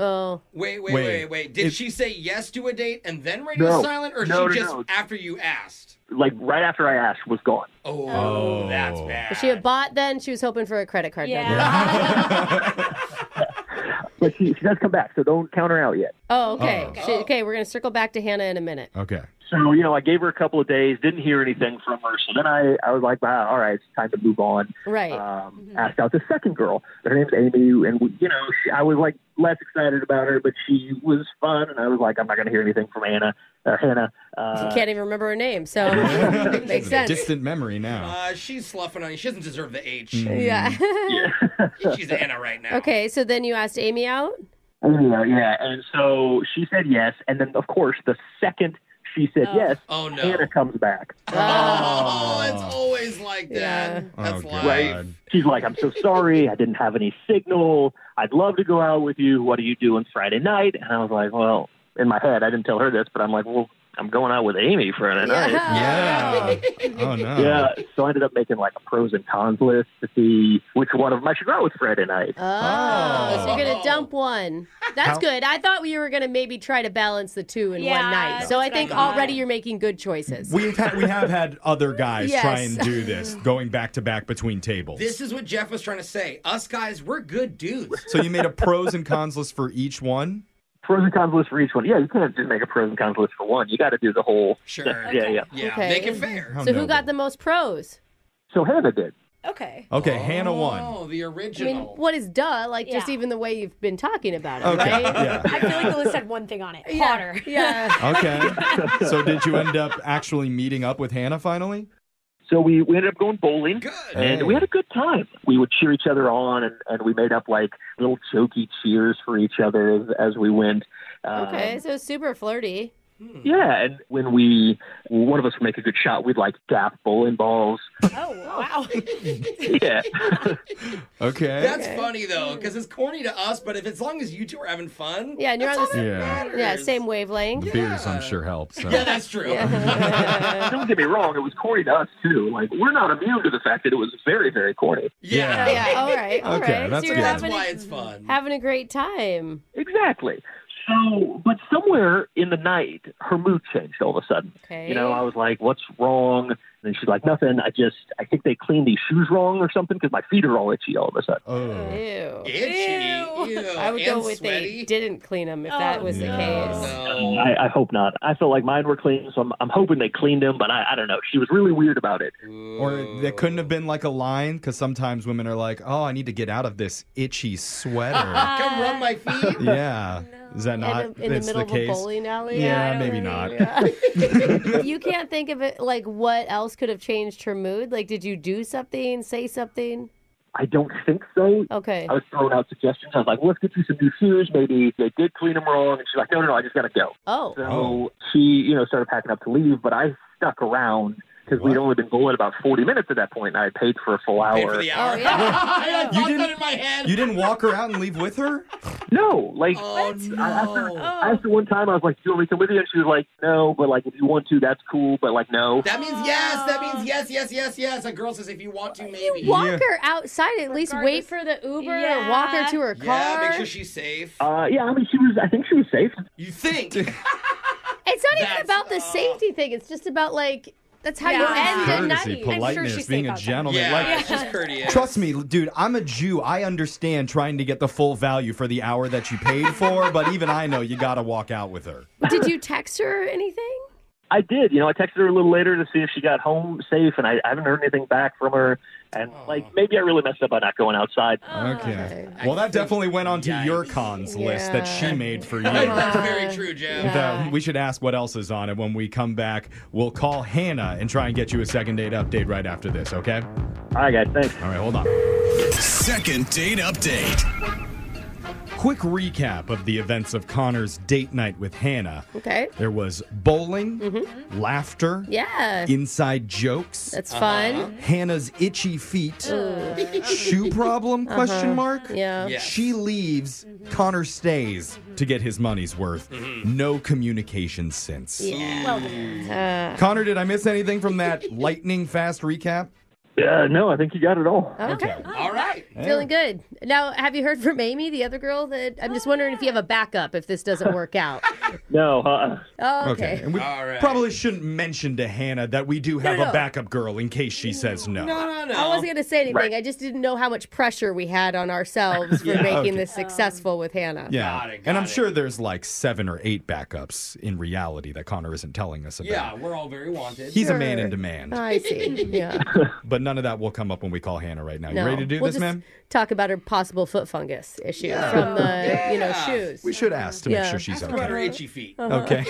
oh. Wait, wait, Wait. wait, wait, Did It- she say yes to a date and then radio No. silent, or No, she no, just no. after you asked? Like right after I asked, was gone. Oh, that's bad. Was she a bot then? She was hoping for a credit card number. But she, she does come back, so don't count her out yet. Oh, okay. She- okay, we're going to circle back to Hannah in a minute. Okay. So, you know, I gave her a couple of days, didn't hear anything from her. So then I, I was like, wow, all right, it's time to move on. Right. Um, Asked out the second girl. Her name's Amy. And, we, you know, she, I was like less excited about her, but she was fun. And I was like, I'm not going to hear anything from Anna or Hannah. Uh, she can't even remember her name, so it makes sense. Distant memory now. Uh, she's sloughing on you. She doesn't deserve the H. Mm. yeah. she's Anna right now. okay, so then you asked Amy out? Anyhow, Oh, yeah. And so she said yes. And then, of course, the second she said Oh. yes, Oh, no. Hannah comes back. Ah. Oh, it's always like that. Oh, That's life. Right? She's like, I'm so sorry. I didn't have any signal. I'd love to go out with you. What are you doing Friday night? And I was like, well, in my head, I didn't tell her this, but I'm like, well, I'm going out with Amy Friday night. Yeah. oh, no. Yeah. So I ended up making like a pros and cons list to see which one of them I should go with Friday night. Oh, so you're gonna dump one. That's How- good. I thought you were gonna maybe try to balance the two in Yeah, one night. So I think thought. already you're making good choices. We've had, we have had other guys Yes. try and do this, going back to back between tables. This is what Jeff was trying to say. Us guys, we're good dudes. so you made a pros and cons list for each one? Pros and cons list for each one. Yeah, you can't just make a pros and cons list for one. You got to do the whole. Sure. Yeah, yeah. okay. Make it fair. So who got the most pros? So Hannah did. Okay. Okay, Hannah won. Oh, the I mean, original. what is duh? Like just even the way you've been talking about it, Okay, right? yeah. I feel like the list had one thing on it. Potter. Yeah. Okay. so did you end up actually meeting up with Hannah finally? So we, we ended up going bowling, and Hey. we had a good time. We would cheer each other on, and, and we made up like little jokey cheers for each other as, as we went. Um, Okay, so super flirty. Yeah, and when we one of us would make a good shot, we'd like dap bowling balls. Oh wow. yeah. okay. That's funny though, because it's corny to us. But if as long as you two are having fun, Yeah, and you're on the that's all s- that yeah. matters. same wavelength. The beers, I'm sure, helped. So. Yeah, that's true. Don't get me wrong; it was corny to us too. Like we're not immune to the fact that it was very, very corny. Yeah. Yeah, all right, all Okay, right. So that's you're good. having why a- it's fun. Having a great time. Exactly. Oh. So, but somewhere in the night, her mood changed all of a sudden. Okay. You know, I was like, "What's wrong?" And then she's like, "Nothing. I just, I think they cleaned these shoes wrong or something because my feet are all itchy all of a sudden." Oh. Ew. Itchy. Ew. I would go And with sweaty. they didn't clean them if that Oh, was the case. Oh, I, I hope not. I felt like mine were clean, so I'm, I'm hoping they cleaned them, but I, I don't know. She was really weird about it. Or that couldn't have been like a line because sometimes women are like, oh, I need to get out of this itchy sweater. Come rub my feet. yeah. Is that not in, a, in the that's middle of case? a bowling alley. Yeah, maybe not. you can't think of it like what else could have changed her mood. Like, did you do something? Say something? I don't think so. Okay. I was throwing out suggestions. I was like, let's get you some new shoes. Maybe they did clean them wrong. And she's like, no, no, no, I just got to go. Oh. So she, you know, started packing up to leave, but I stuck around because we'd only been bowling about 40 minutes at that point, and I had paid for a full hour. Paid for the Oh, hour. I thought that in my head. You didn't walk her out and leave with her? No, like Oh. I- after, after one time, I was like, "Do you want me to come with you?" And she was like, "No, but like if you want to, that's cool, but like Oh. no." That means yes. That means yes, yes, yes, yes. A girl says, if you want to, maybe. Walk her outside. At least wait for the Uber or walk her to her Yeah, car. make sure she's safe. Uh, yeah, I mean, she was. I think she was safe. You think? uh, it's not even about the safety thing. It's just about like that's how you end a night. Courtesy, politeness, being a gentleman. like, she's courteous. Trust me, dude, I'm a Jew. I understand trying to get the full value for the hour that you paid for, but even I know you got to walk out with her. Did you text her or anything? I did. You know, I texted her a little later to see if she got home safe, and I, I haven't heard anything back from her. And Oh. like, maybe I really messed up by not going outside. Oh, Okay. Well, that definitely went onto your cons list that she made for you. That's Uh, very true, Jeff. The- we should ask what else is on it when we come back. We'll call Hannah and try and get you a second date update right after this, okay? All right, guys. Thanks. All right, hold on. Second date update. quick recap of the events of Connor's date night with Hannah. Okay. Mm-hmm. There was bowling, laughter, Yeah. inside jokes. Uh-huh. That's fun. Hannah's itchy feet. Shoe problem? Uh-huh. Question mark. Yeah. Mm-hmm. Yes. She leaves. Connor stays to get his money's worth. No communication since. Yeah. Uh, Connor, did I miss anything from that lightning fast recap? Yeah, no, I think you got it all. Okay. All right. Feeling good. Now, have you heard from Amy, the other girl that I'm Oh, just wondering if you have a backup if this doesn't work out? No, uh, Okay. And we probably shouldn't mention to Hannah that we do have No, no. a backup girl in case she says no. no, no. I wasn't going to say anything. I just didn't know how much pressure we had on ourselves for Yeah, making okay. this successful with Hannah. Yeah. and I'm sure there's like seven or eight backups in reality that Connor isn't telling us about. Yeah, we're all very wanted. He's a man in demand. I see. Yeah. But none of that will come up when we call Hannah right now. No. You ready to do We'll this, just ma'am? Talk about her possible foot fungus issue Yeah. from the you know Yeah. shoes. We should ask to make Yeah. sure she's Ask okay. about her itchy feet. Uh-huh. Okay.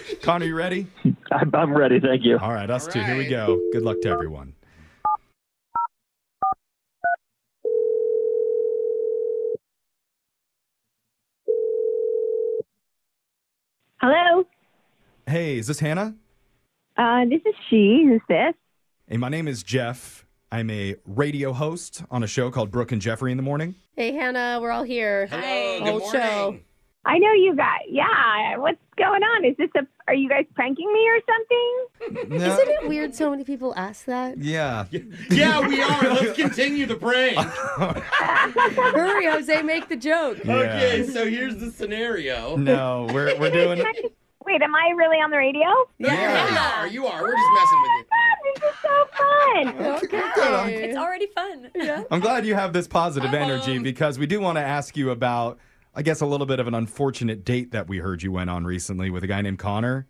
Connor, you ready? I'm, I'm ready. Thank you. All right, us two. Here we go. Good luck to everyone. Hello. Hey, is this Hannah? Uh, this is she. Who's this? Hey, my name is Jeff. I'm a radio host on a show called Brooke and Jeffrey in the Morning. Hey Hannah, we're all here. Hey, good old show. I know you guys. Yeah. What's going on? Is this a? Are you guys pranking me or something? No. Isn't it weird so many people ask that? Yeah. Yeah, we are. Let's continue the prank. Hurry, Jose, make the joke. Yeah. Okay, so here's the Oh. scenario. No, we're, we're doing Wait, am I really on the radio? Oh Yeah, you are. You are. We're just messing with you. This is so fun. It's already fun. I'm glad you have this positive um, energy because we do want to ask you about, I guess, a little bit of an unfortunate date that we heard you went on recently with a guy named Connor.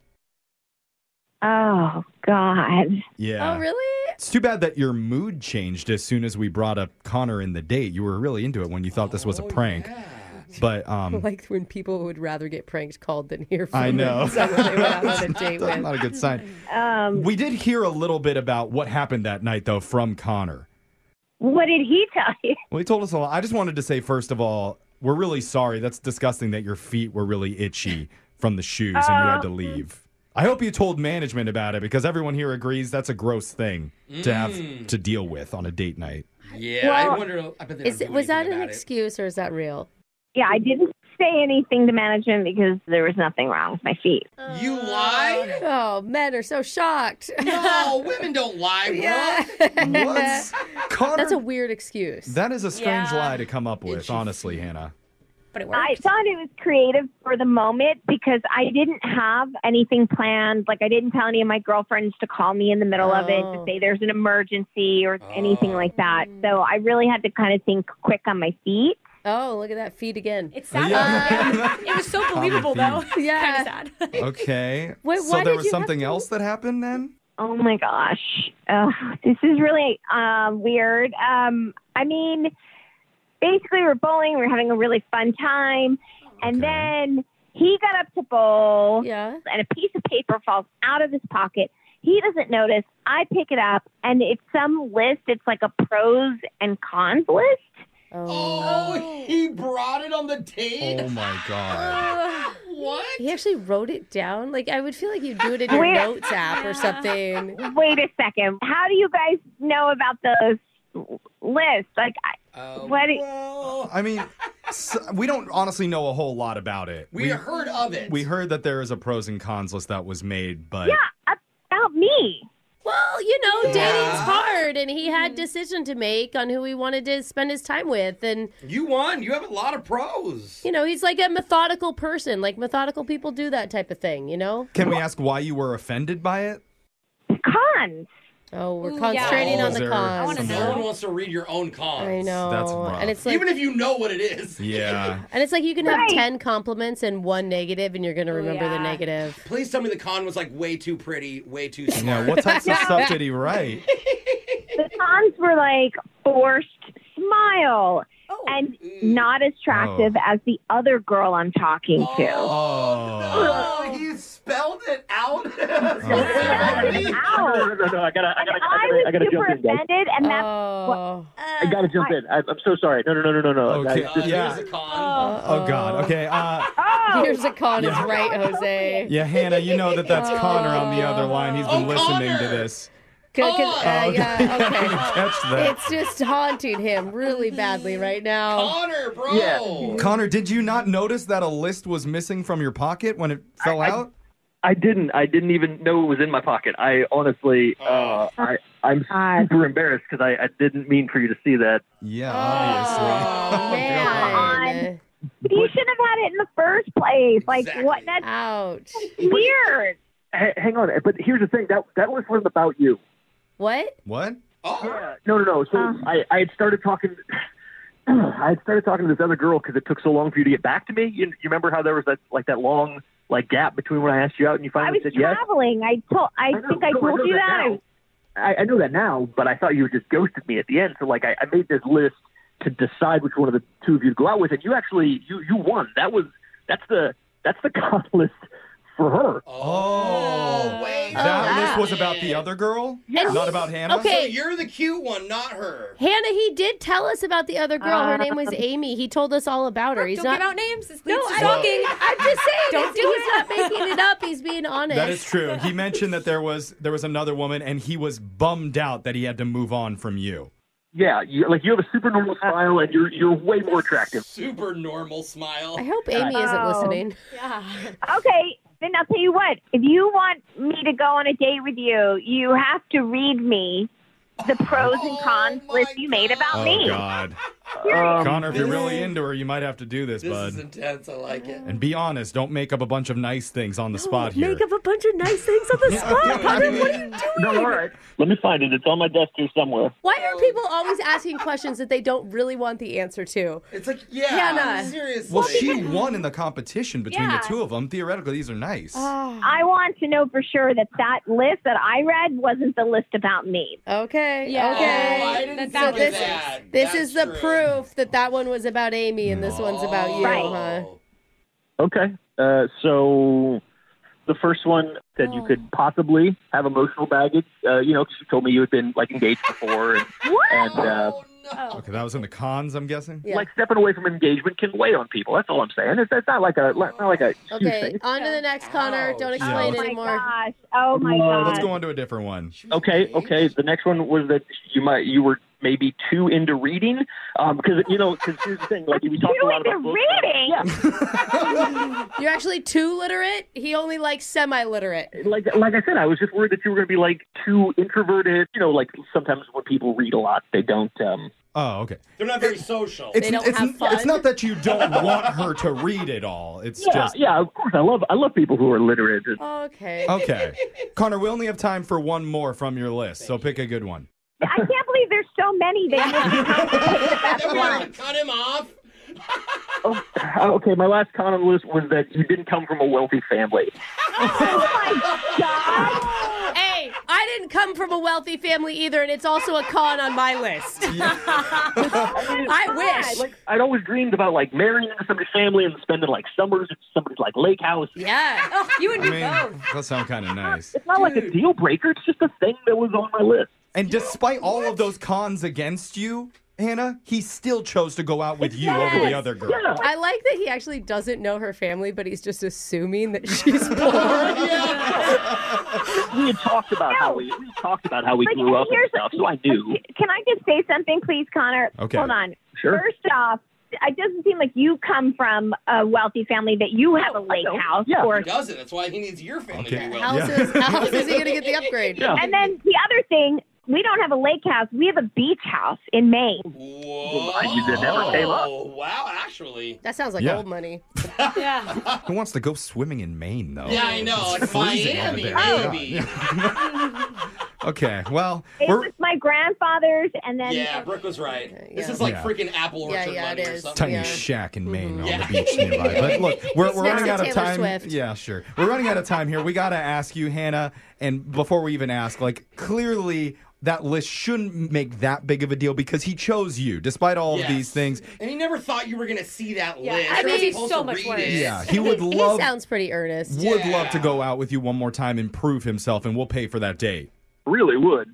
Oh God. Yeah. Oh, really? It's too bad that your mood changed as soon as we brought up Connor in the date. You were really into it when you thought this Oh, was a prank. But um, like when people would rather get pranked called than hear from I know. someone they went out on a date That's with. not a good sign. um, we did hear a little bit about what happened that night, though, from Connor. What did he tell you? Well, he told us a lot. I just wanted to say, first of all, we're really sorry. That's disgusting that your feet were really itchy from the shoes and you had to leave. I hope you told management about it because everyone here agrees that's a gross thing to have Mm. to deal with on a date night. Yeah, I Well, wonder. I bet they Is don't it, do was that anything an about it. excuse or is that real? Yeah, I didn't say anything to management because there was nothing wrong with my feet. You lied? Oh, men are so shocked. No, women don't lie, bro. What? Connor? That's a weird excuse. That is a strange Yeah. lie to come up with, honestly, Hannah. But it I thought it was creative for the moment because I didn't have anything planned. Like I didn't tell any of my girlfriends to call me in the middle of it to Oh. say there's an emergency or anything like that. So I really had to kind of think quick on my feet. Oh, look at that feet again. It sounded- Yeah. it was so Common believable, though. Yeah. kind of sad. Okay. Wait, so why there did was you have something else that happened then? Oh my gosh. Ugh, this is really uh, weird. Um, I mean, basically, we were bowling, we were having a really fun time. And then he got up to bowl, yeah. and a piece of paper falls out of his pocket. He doesn't notice. I pick it up, and it's some list. It's like a pros and cons list. Oh, he brought it on the date? Oh my god. what? Uh, He actually wrote it down. Like I would feel like you'd do it in your Wait. notes app or something. Wait a second. How do you guys know about those lists? Like, I Uh, what? I mean, s we don't honestly know a whole lot about it. We heard of it. We heard that there is a pros and cons list that was made, but about me. Well, you know, dating's Yeah. hard, and he had decision to make on who he wanted to spend his time with, and You won. You have a lot of pros. you know, he's like a methodical person. Like methodical people do that type of thing. You know, can we ask why you were offended by it? Cons. Oh, we're Mm, Ooh, concentrating yeah. on the Is there cons. some- No one wants to read your own cons. I know. That's rough. And it's like Even if you know what it is. Yeah. and it's like you can Right. have ten compliments and one negative, and you're gonna remember the negative. Please tell me the con was like way too pretty, way too smart. Now, what types of stuff did he write? The cons were like forced smile Oh. and not as attractive as the other girl I'm talking to. Oh. Oh, you spelled it out? No, no, no, no, I gotta, I gotta, I gotta, I gotta jump in, guys. offended, and that's Oh. Oh. I gotta jump in. I, I'm so sorry. No, no, no, no, no, no. Okay, Guys, this- yeah. Oh God. Okay. Uh, Here's a con. It's Yeah. right, Jose. yeah, Hannah, you know that that's Connor on the other line. He's been Oh, listening to this. C- c- uh, Oh, yeah, I didn't okay. catch that. It's just haunting him really Mm. badly right now. Connor, bro. Connor, did you not notice that a list was missing from your pocket when it fell out? I didn't. I didn't even know it was in my pocket. I honestly, Oh. uh, I, I'm super embarrassed because I, I didn't mean for you to see that. Yeah, Oh. on. You should have had it in the first place. Like what? That's Ouch. weird. hang on, but here's the thing that that list wasn't about you. What? What? Yeah, no, no, no. So I, I had started talking. I had started talking to this other girl because it took so long for you to get back to me. You, you remember how there was that like that long like gap between when I asked you out and you I finally was said yes. traveling. I told. I, think I no, told know you that. I- now. I, I know that now, but I thought you had just ghosted me at the end. So like I, I made this list to decide which one of the two of you to go out with, and you actually you you won. That was that's the that's the con list for her. Oh, that list was about the other girl, Yeah. not about Hannah. Okay. So you're the cute one, not her. Hannah, he did tell us about the other girl. Her name was Um, Amy. He told us all about her. He's Don't not give out names. This No, leads to I- stalking. I'm just saying. Don't it's- do he's not making it up. He's being honest. That is true. He mentioned that there was there was another woman, and he was bummed out that he had to move on from you. Yeah, you, like you have a super normal smile, and you're you're way more attractive. Super normal smile. I hope Amy isn't Oh. listening. Yeah. Okay, then I'll tell you what. If you want me to go on a date with you, you have to read me the pros and cons list you made about oh me. God, Um, Connor, if you're really into her, you might have to do this, This bud. is intense. I like it. and be honest. Don't make up a bunch of nice things on the spot here. Make up a bunch of nice things on the spot. Connor, what are you doing? No, all right. Let me find it. It's on my desk here somewhere. Why Um, are people always asking questions that they don't really want the answer to? It's like, yeah, Hannah. seriously. Well, she won in the competition between Yeah. Uh, the two of them. Theoretically, these are nice. Ah. I want to know for sure that that list that I read wasn't the list about me. Okay. Yeah. Okay. Oh, I didn't so think this of that. is this is the proof that that one was about Amy and this one's about you, huh? Oh. Okay. Uh, so the first one said Oh. you could possibly have emotional baggage. Uh, you know, 'cause you told me you had been like engaged before, and, and uh, Okay, that was in the cons, I'm guessing. like stepping away from engagement can weigh on people. That's all I'm saying. It's, it's not like a not like a huge Okay, thing. on to the next, Connor. Don't explain Oh my anymore. gosh. Oh my Whoa. gosh. Let's go on to a different one. Okay, okay. The next one was that you might you were maybe too into reading um, because you know because here's the thing like we talked a lot about books. reading. You're actually too literate. He only likes semi-literate. like like I said, I was just worried that you were going to be like too introverted. You know, like sometimes when people read a lot, they don't. Um, Oh, okay. They're not very social. it's, it's not that you don't want her to read it all. It's yeah, just yeah. Of course, I love I love people who are literate. Oh. Okay. okay. Connor, we only have time for one more from your list, so pick a good one. I can't believe there's so many. They Then we have to cut him off. Uh, okay, my last con on the list was that you didn't come from a wealthy family. Oh Hey, I didn't come from a wealthy family either, and it's also a con on my list. Oh I wish. Like, I'd always dreamed about like marrying into somebody's family and spending like summers at somebody's like lake house. Yeah. You and I me both. mean, that sounds kind of nice. It's not like a deal breaker. It's just a thing that was on my list. And despite all of those cons against you, Hannah, he still chose to go out with you over the other girl. I like that he actually doesn't know her family, but he's just assuming that she's poor. We had talked about how we, we talked about how we Like, grew up and here's- stuff, so I knew. Can I just say something, please, Connor? Okay. Hold on. Sure. First off, it doesn't seem like you come from a wealthy family that you have a lake house or He doesn't. That's why he needs your family to be well. How else is, how else is he going to get the upgrade? And then the other thing, we don't have a lake house. We have a beach house in Maine. that never came up. Oh, wow, actually. That sounds like Yeah. old money. yeah. Who wants to go swimming in Maine, though? Yeah, I know. It's Like freezing over Miami, there. maybe. Okay, well, It we're, was my grandfather's, and then Yeah, Brooke was right. This is yeah. like Yeah. freaking apple orchard Yeah, yeah, it money or is. something. tiny shack in Maine on the beach nearby. But look, we're, It's we're Mm-hmm. next running to out of Taylor time. Swift. Yeah, sure. We're running out of time here. We got to ask you, Hannah, and before we even ask, like clearly that list shouldn't make that big of a deal because he chose you, despite all Yes. of these things. And he never thought you were gonna see that Yeah, list. I You're mean, supposed he's so to much read worse. it. Yeah, he would love He sounds pretty earnest. would love to go out with you one more time and prove himself, and we'll pay for that date. Really would.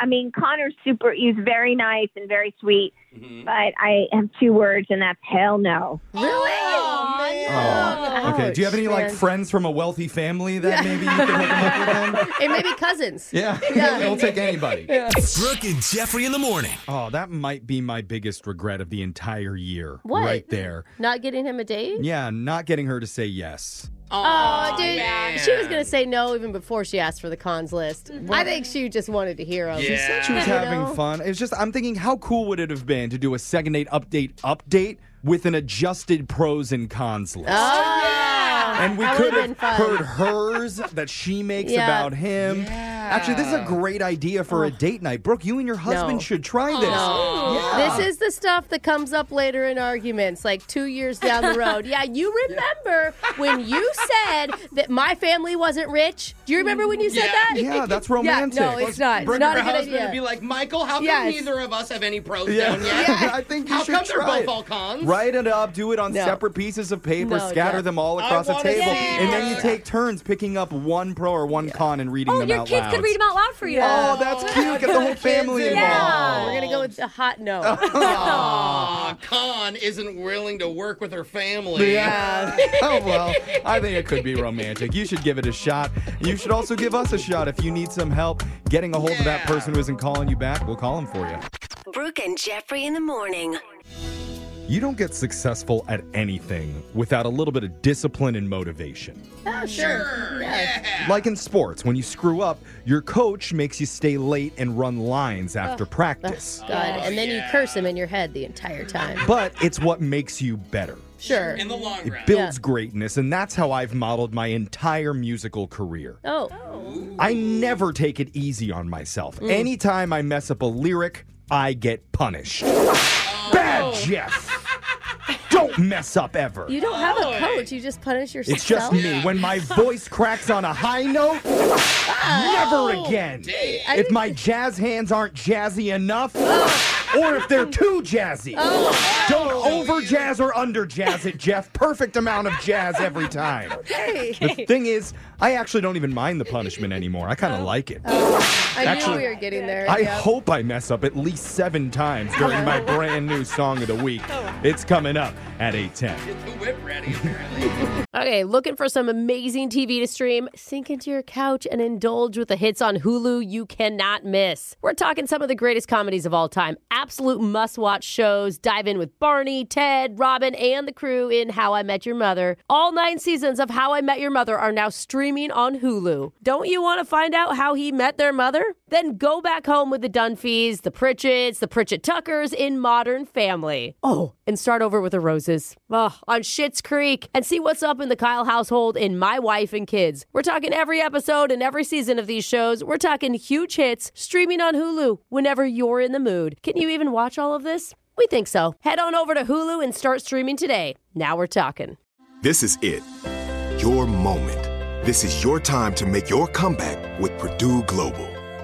I mean, Connor's super, he's very nice and very sweet, Mm-hmm. but I have two words, and that's hell no. Really? Oh, Oh. Okay. Do you have any like friends from a wealthy family that maybe you could hook him up with? Them? And maybe cousins. Yeah, Yeah. they'll take anybody. Brooke and Jeffrey in the morning. Oh, that might be my biggest regret of the entire year. What? Right there. Not getting him a date? Yeah, not getting her to say yes. Oh, dude. She was going to say no even before she asked for the cons list. I think she just wanted to hear him. She said she was You having know? fun. It was just, I'm thinking, how cool would it have been to do a second date update update with an adjusted pros and cons list? And we Oh, That could would've been have fun. heard hers that she makes Yeah. Oh. about him. Actually, this is a great idea for a date night. Brooke, you and your husband No. should try this. No. Yeah. This is the stuff that comes up later in arguments, like two years down the road. Yeah, you remember when you said that my family wasn't rich? Do you remember when you said that? Yeah, that's Yeah, romantic. no, it's not. It's Brooke, not her a good husband idea. would be like, Michael, how come Yes. neither of us have any pros Yeah. down yet? Yeah, I think you how should come try they're it. both all cons? Write it up, do it on No. separate pieces of paper, No, scatter yeah. them all I across the wanna table, see and then you it. take turns picking up one pro or one con and reading Oh, them your out kids loud. could read them out loud for you. Oh, that's cute. Get the whole family involved. Yeah, we're gonna go with the hot no. Aw, Khan isn't willing to work with her family. Yeah. oh well, I think it could be romantic. You should give it a shot. You should also give us a shot if you need some help getting a hold of that person who isn't calling you back. We'll call him for you. Brooke and Jeffrey in the morning. You don't get successful at anything without a little bit of discipline and motivation. Oh, sure. Yeah. Like in sports, when you screw up, your coach makes you stay late and run lines after practice. God, Oh, and then you curse him in your head the entire time. But it's what makes you better. Sure. In the long It builds greatness, and that's how I've modeled my entire musical career. Oh. I never take it easy on myself. Mm. Anytime I mess up a lyric, I get punished. Oh. Bad Jeff! Don't mess up ever. You don't have Oh, a coach. You just punish yourself. It's just me. When my voice cracks on a high note, never again. Oh, I If my jazz hands aren't jazzy enough, or if they're too jazzy, Oh, don't over jazz or under jazz it, Jeff. Perfect amount of jazz every time. Hey. The thing is, I actually don't even mind the punishment anymore. I kind of like it. Oh. I knew Actually, we were getting there. I Yep. hope I mess up at least seven times during my brand new song of the week. Oh. It's coming up at 810. Okay, looking for some amazing TV to stream? Sink into your couch and indulge with the hits on Hulu you cannot miss. We're talking some of the greatest comedies of all time, absolute must watch shows. Dive in with Barney, Ted, Robin, and the crew in How I Met Your Mother. All nine seasons of How I Met Your Mother are now streaming on Hulu. Don't you want to find out how he met their mother? Then go back home with the Dunphys, the Pritchett's, the Pritchett Tuckers in Modern Family. Oh, and start over with the Roses. Ugh, on Schitt's Creek and see what's up in the Kyle household in My Wife and Kids. We're talking every episode and every season of these shows. We're talking huge hits streaming on Hulu whenever you're in the mood. Can you even watch all of this? We think so. Head on over to Hulu and start streaming today. Now we're talking. This is it. Your moment. This is your time to make your comeback with Purdue Global.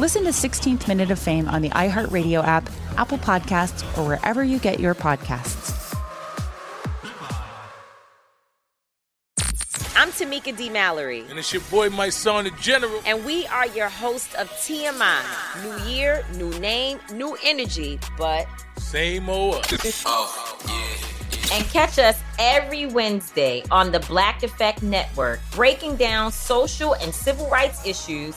Listen to 16th Minute of Fame on the iHeartRadio app, Apple Podcasts, or wherever you get your podcasts. I'm Tamika D. Mallory. And it's your boy, my son, the general. And we are your hosts of TMI. New year, new name, new energy, but Same old. us. Oh, And catch us every Wednesday on the Black Effect Network, breaking down social and civil rights issues,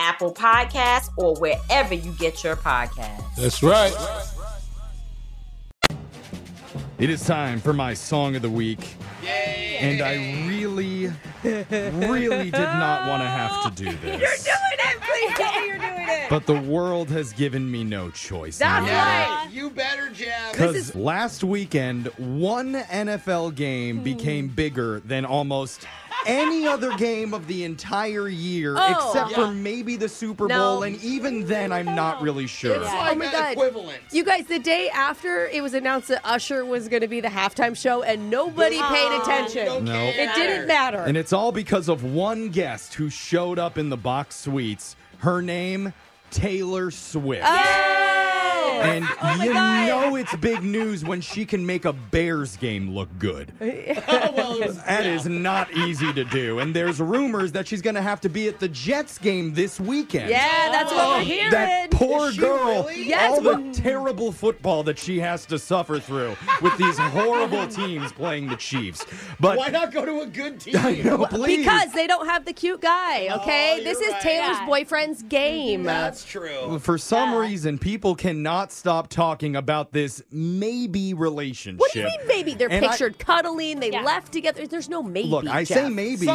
Apple Podcasts, or wherever you get your podcasts. That's right. It is time for my song of the week. And I really, really did not want to have to do You're doing this. it. Please tell me you're doing it. But the world has given me no choice. That's right. You better, Jeff. Because last weekend, one NFL Hmm. game became bigger than almost any other game of the entire year, Oh. except Yeah. for maybe the Super No. Bowl. And even then, I'm not really sure. It's like Oh my that God. equivalent. You guys, the day after it was announced that Usher was going to be the halftime show, and nobody paid attention. No. It didn't matter. And it's all because of one guest who showed up in the box suites. Her name, Taylor Swift. Oh! And you know it's big news when she can make a Bears game look good. Oh, That is not easy to do. And there's rumors that she's going to have to be at the Jets game this weekend. Oh, Yeah, that's what we're hearing. That poor Is she girl. really? Yes, all well- the terrible football that she has to suffer through with these horrible teams playing the Chiefs. But Why not go to a good team? I know, please. Because they don't have the cute guy, okay? you're this is right. Taylor's boyfriend's game. That's true. For some reason, people cannot stop talking about this maybe relationship. What do you mean, maybe? They're And I- pictured cuddling, they left together. There's no maybe. Look, I Jeff. say maybe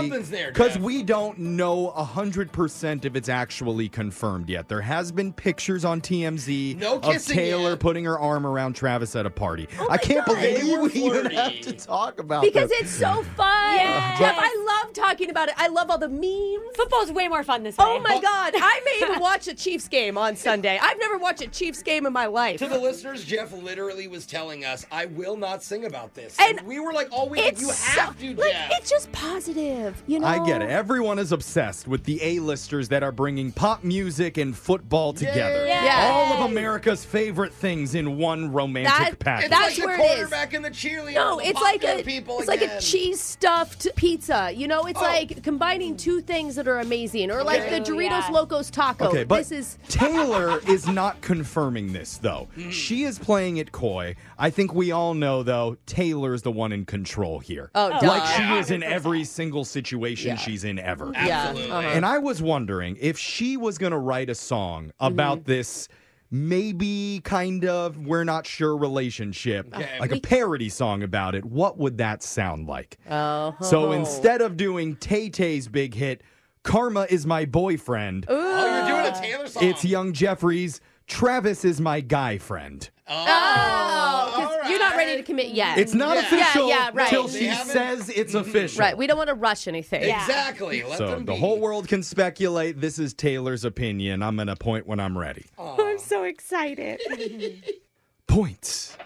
because we don't know hundred percent if it's actually confirmed yet. There has been pictures on TMZ No of kissing Oh Taylor putting her arm around Travis at a party. I can't believe we even have to talk about Because this. it's so fun. Jeff, I love talking about it. I love all the memes. Football's way more fun this way. Oh my God. I may even watch a Chiefs game on Sunday. I've never watched a Chiefs game in my life. To the listeners, Jeff literally was telling us, "I will not sing about this," And and, we were like, "All week, it's you so- have to, like, Jeff." it's just positive, you know? I get it. Everyone is obsessed with the A-listers that are bringing pop music and football together. Yay. Yay. All of America's favorite things in one romantic package. that's like where the it is. quarterback and the cheerleader. No, the it's like popular a people it's like again. Oh. a cheese stuffed pizza. You know, it's like combining two things that are amazing, or like the Ooh, Doritos yeah. Locos Taco. Okay, but this is Taylor is not confirming this though. Mm. She is playing it coy. I think we all know though Taylor is the one in control here. Oh, duh. like she is in every single situation she's in ever. Yeah, Absolutely. uh-huh. And I was wondering if she was going to write a song about Mm-hmm. this maybe kind of we're not sure relationship, Okay. like We- a parody song about it. What would that sound like? oh. So instead of doing Tay Tay's big hit, Karma is my boyfriend. Oh, you're doing a Taylor song. It's young Jeffries. Travis is my guy friend. Oh, 'cause you're not ready to commit yet. It's not official Yeah, yeah, right. Mm-hmm. till she says it's official. Right. We don't want to rush anything. Exactly. Let So them the whole world can speculate. This is Taylor's opinion. I'm going to point when I'm ready. I'm so excited. Points.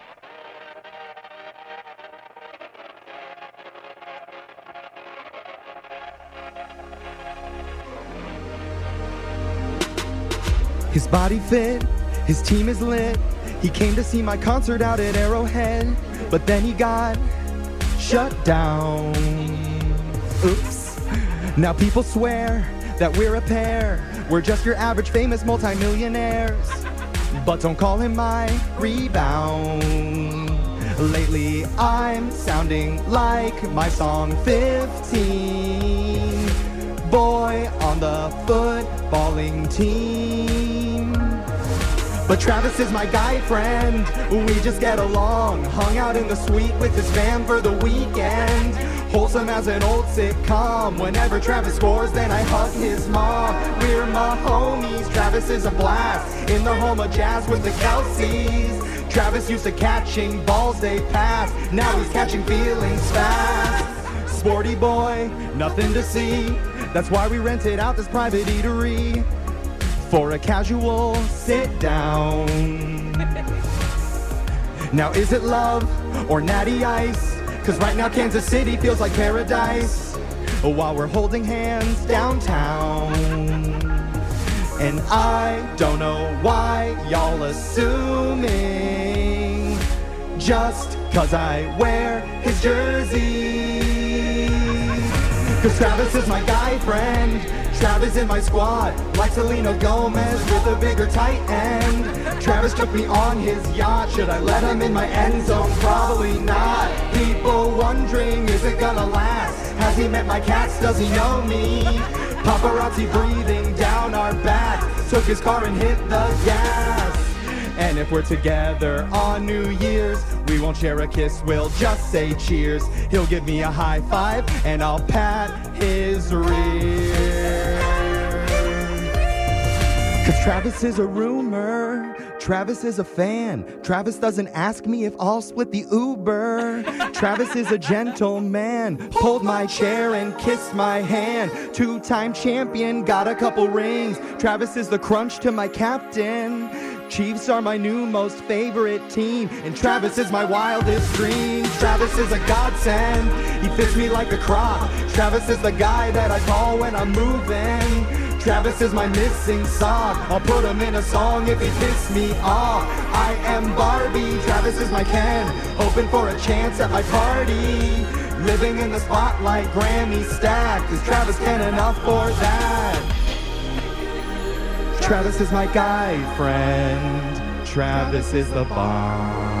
His body fit, his team is lit. He came to see my concert out at Arrowhead, but then he got shut down. Oops. Now people swear that we're a pair. We're just your average famous multimillionaires. But don't call him my rebound. Lately I'm sounding like my song 15. Boy on the footballing team. But Travis is my guy friend. We just get along. Hung out in the suite with his fam for the weekend. Wholesome as an old sitcom. Whenever Travis scores, then I hug his mom. We're my homies. Travis is a blast. In the home of jazz with the Kelseys. Travis used to catching balls they pass. Now he's catching feelings fast. Sporty boy, nothing to see. That's why we rented out this private eatery for a casual sit down. now, is it love or natty ice? Cause right now, Kansas City feels like paradise while we're holding hands downtown. And I don't know why y'all assuming just cause I wear his jersey. Cause Travis is my guy friend. Travis in my squad, like Selena Gomez with a bigger tight end. Travis took me on his yacht. Should I let him in my end zone? Probably not. People wondering, is it gonna last? Has he met my cats? Does he know me? Paparazzi breathing down our back. Took his car and hit the gas. And if we're together on New Year's, we won't share a kiss, we'll just say cheers. He'll give me a high five and I'll pat his rear. Cause Travis is a rumor. Travis is a fan. Travis doesn't ask me if I'll split the Uber. Travis is a gentleman. Pulled my chair and kissed my hand. Two time champion, got a couple rings. Travis is the crunch to my captain. Chiefs are my new most favorite team. And Travis is my wildest dream. Travis is a godsend. He fits me like a crop. Travis is the guy that I call when I'm moving. Travis is my missing song. I'll put him in a song if he pisses me off. I am Barbie. Travis is my Ken. Hoping for a chance at my party. Living in the spotlight, Grammy stacked. Is Travis Ken enough for that? Travis is my guy friend. Travis is the bomb.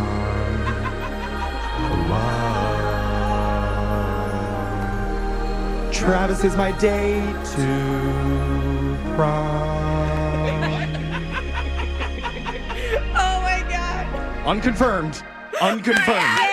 Wow. Travis is my day to prom. Oh my god. Unconfirmed. Unconfirmed.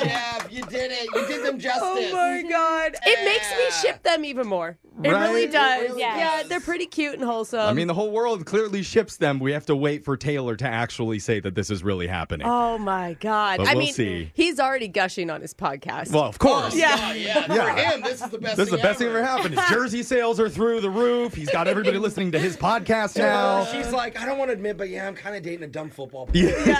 Jeff, you did it. You did them justice. Oh my god. It makes me ship them even more. It really Right? does. It really yeah. does. they're pretty cute and wholesome. I mean, the whole world clearly ships them. We have to wait for Taylor to actually say that this is really happening. Oh my god. But I we'll mean, see. he's already gushing on his podcast. Well, of course. yeah. Oh, yeah. For Yeah. him, this is the best this is the thing best thing ever happened. His jersey sales are through the roof. He's got everybody listening to his podcast now. She's like, I don't want to admit, but yeah, I'm kind of dating a dumb football player. Yeah.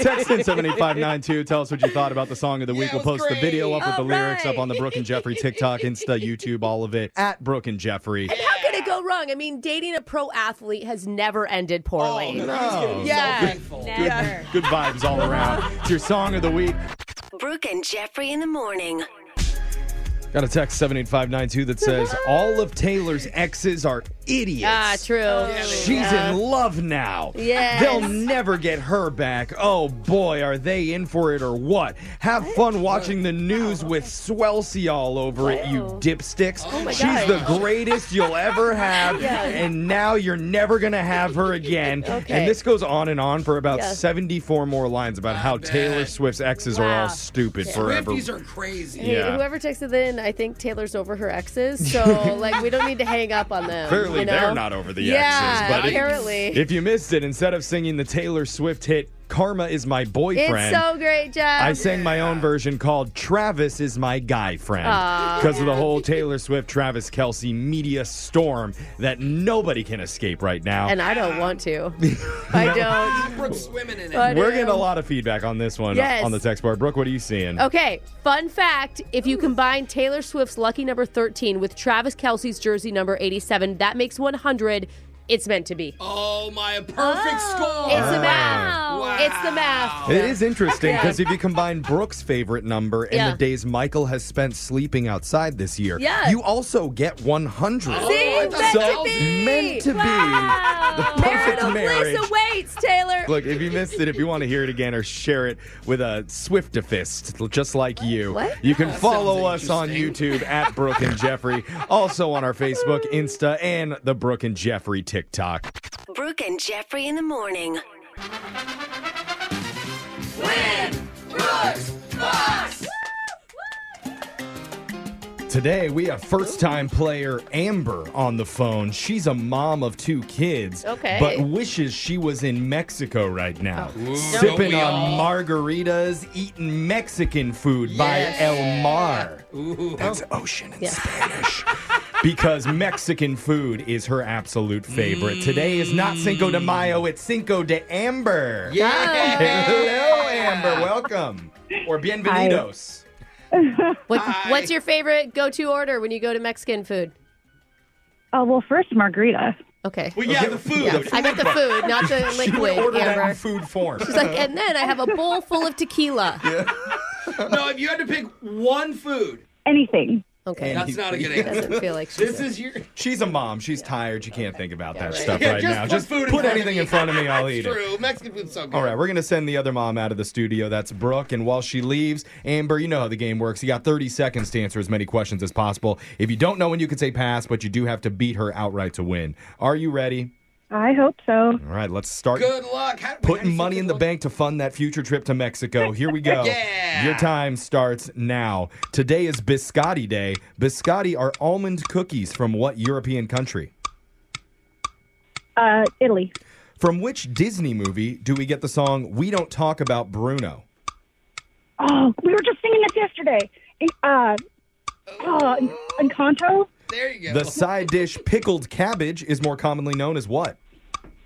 Text in 78592. Tell us what you thought about the song of the week. We'll post the video up with the lyrics up on the Brooke and Jeffrey TikTok, Insta, YouTube, all of it at Brooke and Jeffrey. How could it go wrong? I mean, dating a pro athlete has never ended poorly. no. He's getting so yeah. Never. Oh. Good vibes all around. It's your song of the week. Brooke and Jeffrey in the morning. Got a text 78592 that says all of Taylor's exes are idiots. Ah, true. She's Yeah. in love now. Yes. They'll never get her back. Oh boy, are they in for it or what? Have fun watching the news with Swelsey all over it, you dipsticks. Oh my She's God. the greatest you'll ever have, Yeah. and now you're never gonna have her again. Okay. And this goes on and on for about Yes. 74 more lines about how Taylor Swift's exes are Wow. all stupid forever. Swifties are crazy. Hey, Yeah. Whoever texted in, I think Taylor's over her exes, so like we don't need to hang up on them. Clearly, you know? they're not over the yeah, exes. But it- apparently. if you missed it, instead of singing the Taylor Swift hit "Karma Is My Boyfriend," It's so great, Jeff. I sang my own version called "Travis Is My Guy Friend" Aw. because of the whole Taylor Swift Travis Kelsey media storm that nobody can escape right now. And I don't want to. I don't. um, Brooke's swimming in I We're do. getting a lot of feedback on this one Yes. on the text bar. Brooke, what are you seeing? Okay, fun fact if you combine Taylor Swift's lucky number 13 with Travis Kelsey's jersey number 87, that makes 100. It's meant to be. Oh, Oh my perfect score. It's the math. It's the math. It is interesting Yeah. because if you combine Brooke's favorite number and Yeah. the days Michael has spent sleeping outside this year, Yeah. you also get 100. See? Meant so to be. meant to be the perfect Marital marriage. bliss awaits, Taylor. Look, if you missed it, if you want to hear it again or share it with a swift fist, just like you, What? you can That follow us on YouTube at Brooke and Jeffrey, also on our Facebook, Insta, and the Brooke and Jeffrey TikTok. Brooke and Jeffrey in the morning. Today, we have first time player Amber on the phone. She's a mom of two kids, Okay. but wishes she was in Mexico right now, Ooh. Oh. Don't sipping we on all? margaritas, eating Mexican food Yes. by El Mar. Ooh. That's ocean in Spanish. because Mexican food is her absolute favorite. Today is not Cinco de Oh, Mayo, it's Cinco de Amber. Yeah. Hello, Amber. Welcome. Or bienvenidos. What, what's your favorite go-to order when you go to Mexican food? Oh well, first margarita. Okay. Well, yeah, the food. Yeah, I got the food, not the She would liquid. order that Amber. in food form. She's like, and then I have a bowl full of tequila. no, if you had to pick one food, Anything. Okay. that's not a good answer. Doesn't feel like she this said. is your. She's a mom. She's tired. She can't think about that right. stuff Yeah, right just now. put Just food in put front of anything me. in front of me. I'll eat it. True, Mexican food's so good. All right, we're going to send the other mom out of the studio. That's Brooke. And while she leaves, Amber, you know how the game works. You got 30 seconds to answer as many questions as possible. If you don't know when you can say pass, but you do have to beat her outright to win. Are you ready? I hope so. All right, let's start Good luck. How, putting money in the bank to fund that future trip to Mexico. Here we go. Yeah. Your time starts now. Today is Biscotti Day. Biscotti are almond cookies from what European country? Uh, Italy. From which Disney movie do we get the song We Don't Talk About Bruno? Oh, we were just singing this yesterday. Uh, uh, Encanto, The side dish pickled cabbage is more commonly known as what?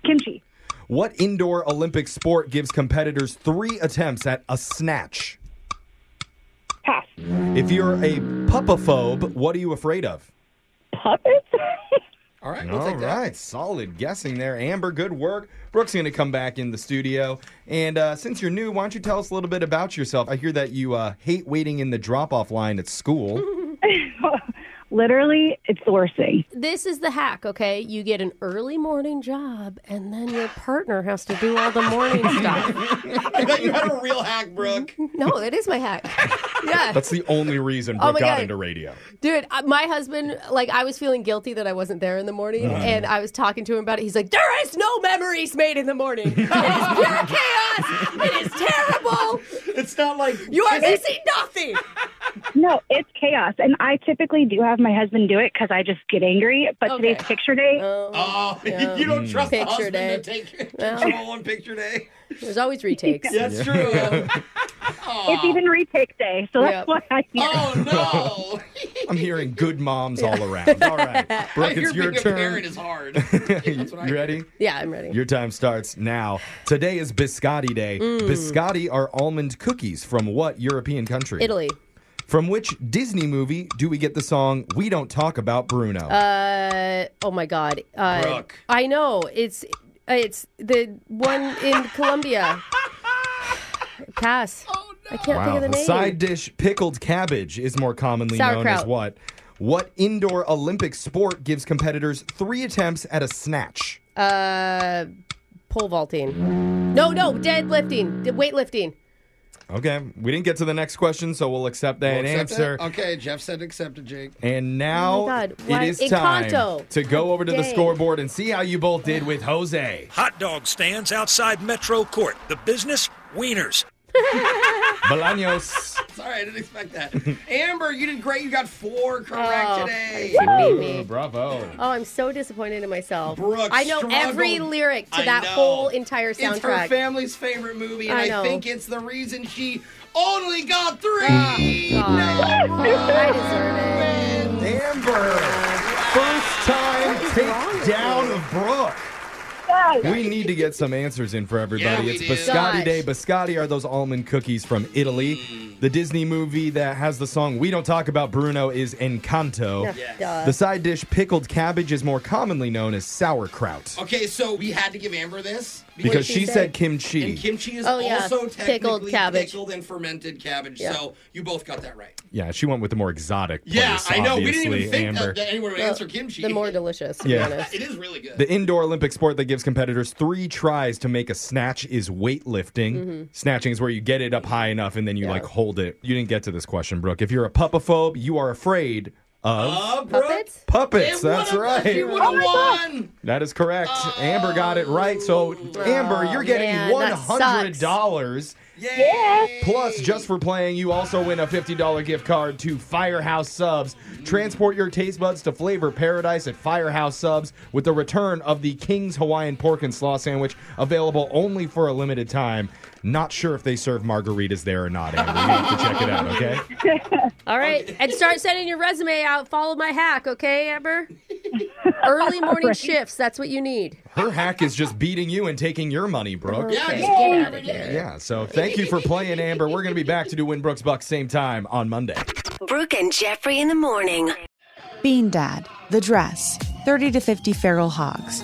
kimchi. What indoor Olympic sport gives competitors three attempts at a snatch? Pass. If you're a puppaphobe, what are you afraid of? Puppets. All right, All right, solid guessing there, Amber. Good work. Brooke's going to come back in the studio, and uh, since you're new, why don't you tell us a little bit about yourself? I hear that you uh, hate waiting in the drop-off line at school. Literally, it's the worst thing. This is the hack, okay? You get an early morning job, and then your partner has to do all the morning stuff. I thought you had a real hack, Brooke. No, that is my hack. Yeah. That's the only reason Oh Brooke my got God. into radio. Dude, uh, my husband, like, I was feeling guilty that I wasn't there in the morning, Uh-huh. and I was talking to him about it. He's like, There is no memories made in the morning. It is pure chaos. It is terrible. It's not like you are Is it- missing nothing. No, it's chaos, and I typically do have my husband do it because I just get angry. But today's picture day. Oh, you don't trust the Picture husband day. to take Well. control on picture day. There's always retakes. Yeah, That's true. It's even retake day, so Yep. that's why I. Oh no! I'm hearing good moms all around. All right, I Brooke, hear it's your being a turn. parent is hard. you ready? Yeah, I'm ready. Your time starts now. Today is Biscotti Day. Mm. Biscotti are almond cookies from what European country? Italy. From which Disney movie do we get the song We Don't Talk About Bruno? Uh oh my god. Uh, Brooke. I know it's uh, it's the one in Colombia. Pass. Oh, Oh, I can't think of the name. Side dish pickled cabbage is more commonly known as Sauerkraut. what? What indoor Olympic sport gives competitors three attempts at a snatch? Uh, pole vaulting. No, no, deadlifting, d- weightlifting. Okay, we didn't get to the next question, so we'll accept that Accept answer. it? Okay, Jeff said accepted, Jake. And now Oh my God, it why- is time Encanto. to go over to the Dang. scoreboard and see how you both did with Jose. Hot dog stands outside Metro Court. The business, wieners. Bolaños. Sorry, I didn't expect that. Amber, you did great. You got four correct Oh, today. you beat me. Bravo. Oh, I'm so disappointed in myself. Brooke I know struggled. every lyric to I that know. whole entire soundtrack. It's her family's favorite movie, and I I, know. think it's the reason she only got three. no, Ah, I deserve it. Amber, first time takedown of Brooke. God. We need to get some answers in for Yeah, everybody. we it's do. Biscotti Gosh. Day. Biscotti are those almond cookies from Italy. The Disney movie that has the song We Don't Talk About Bruno is Encanto. Yeah, Yes. duh. The side dish pickled cabbage is more commonly known as sauerkraut Okay, so we had to give Amber this because she said kimchi. And kimchi is Oh, yeah. also Pickled technically pickled, cabbage. and fermented cabbage. Yeah. So you both got that right. yeah, she went with the more exotic place, Yeah, I know. We didn't even obviously, think Amber. that, that anyone would The- answer kimchi. the more delicious, to be Yeah. honest. it is really good. The indoor Olympic sport that gives competitors three tries to make a snatch is weightlifting. Mhm. Snatching is where you get it up high enough and then you like hold it. You didn't get to this question, Brooke. If you're a puppophobe, you are afraid of Uh, puppets. puppets. It That's would've- right. you would've won. That is correct. Amber got it right. So Amber, you're getting Oh. man, one that hundred dollars. Yeah. Plus, just for playing, you also win a $50 gift card to Firehouse Subs. Transport your taste buds to flavor paradise at Firehouse Subs with the return of the King's Hawaiian Pork and Slaw Sandwich, available only for a limited time. Not sure if they serve margaritas there or not, Amber. You have to check it out, okay? All right. And start sending your resume out. Follow my hack, okay, Amber? Early morning shifts. That's what you need. Her hack is just beating you and taking your money, Brooke. Yeah, just get out of here. Yeah, so thank you for playing, Amber. We're going to be back to do Win Brooks Bucks same time on Monday. Brooke and Jeffrey in the morning. Bean Dad, The Dress, 30 to 50 Feral Hogs.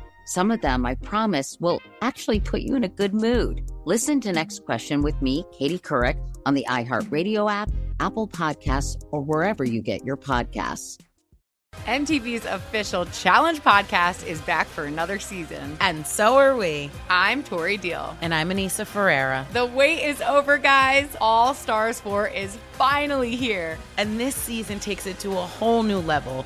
Some of them, I promise, will actually put you in a good mood. Listen to Next Question with me, Katie Couric, on the iHeartRadio app, Apple Podcasts, or wherever you get your podcasts. MTV's official Challenge podcast is back for another season. And so are we. I'm Tori Deal. And I'm Anissa Ferreira. The wait is over, guys. All Stars 4 is finally here. And this season takes it to a whole new level.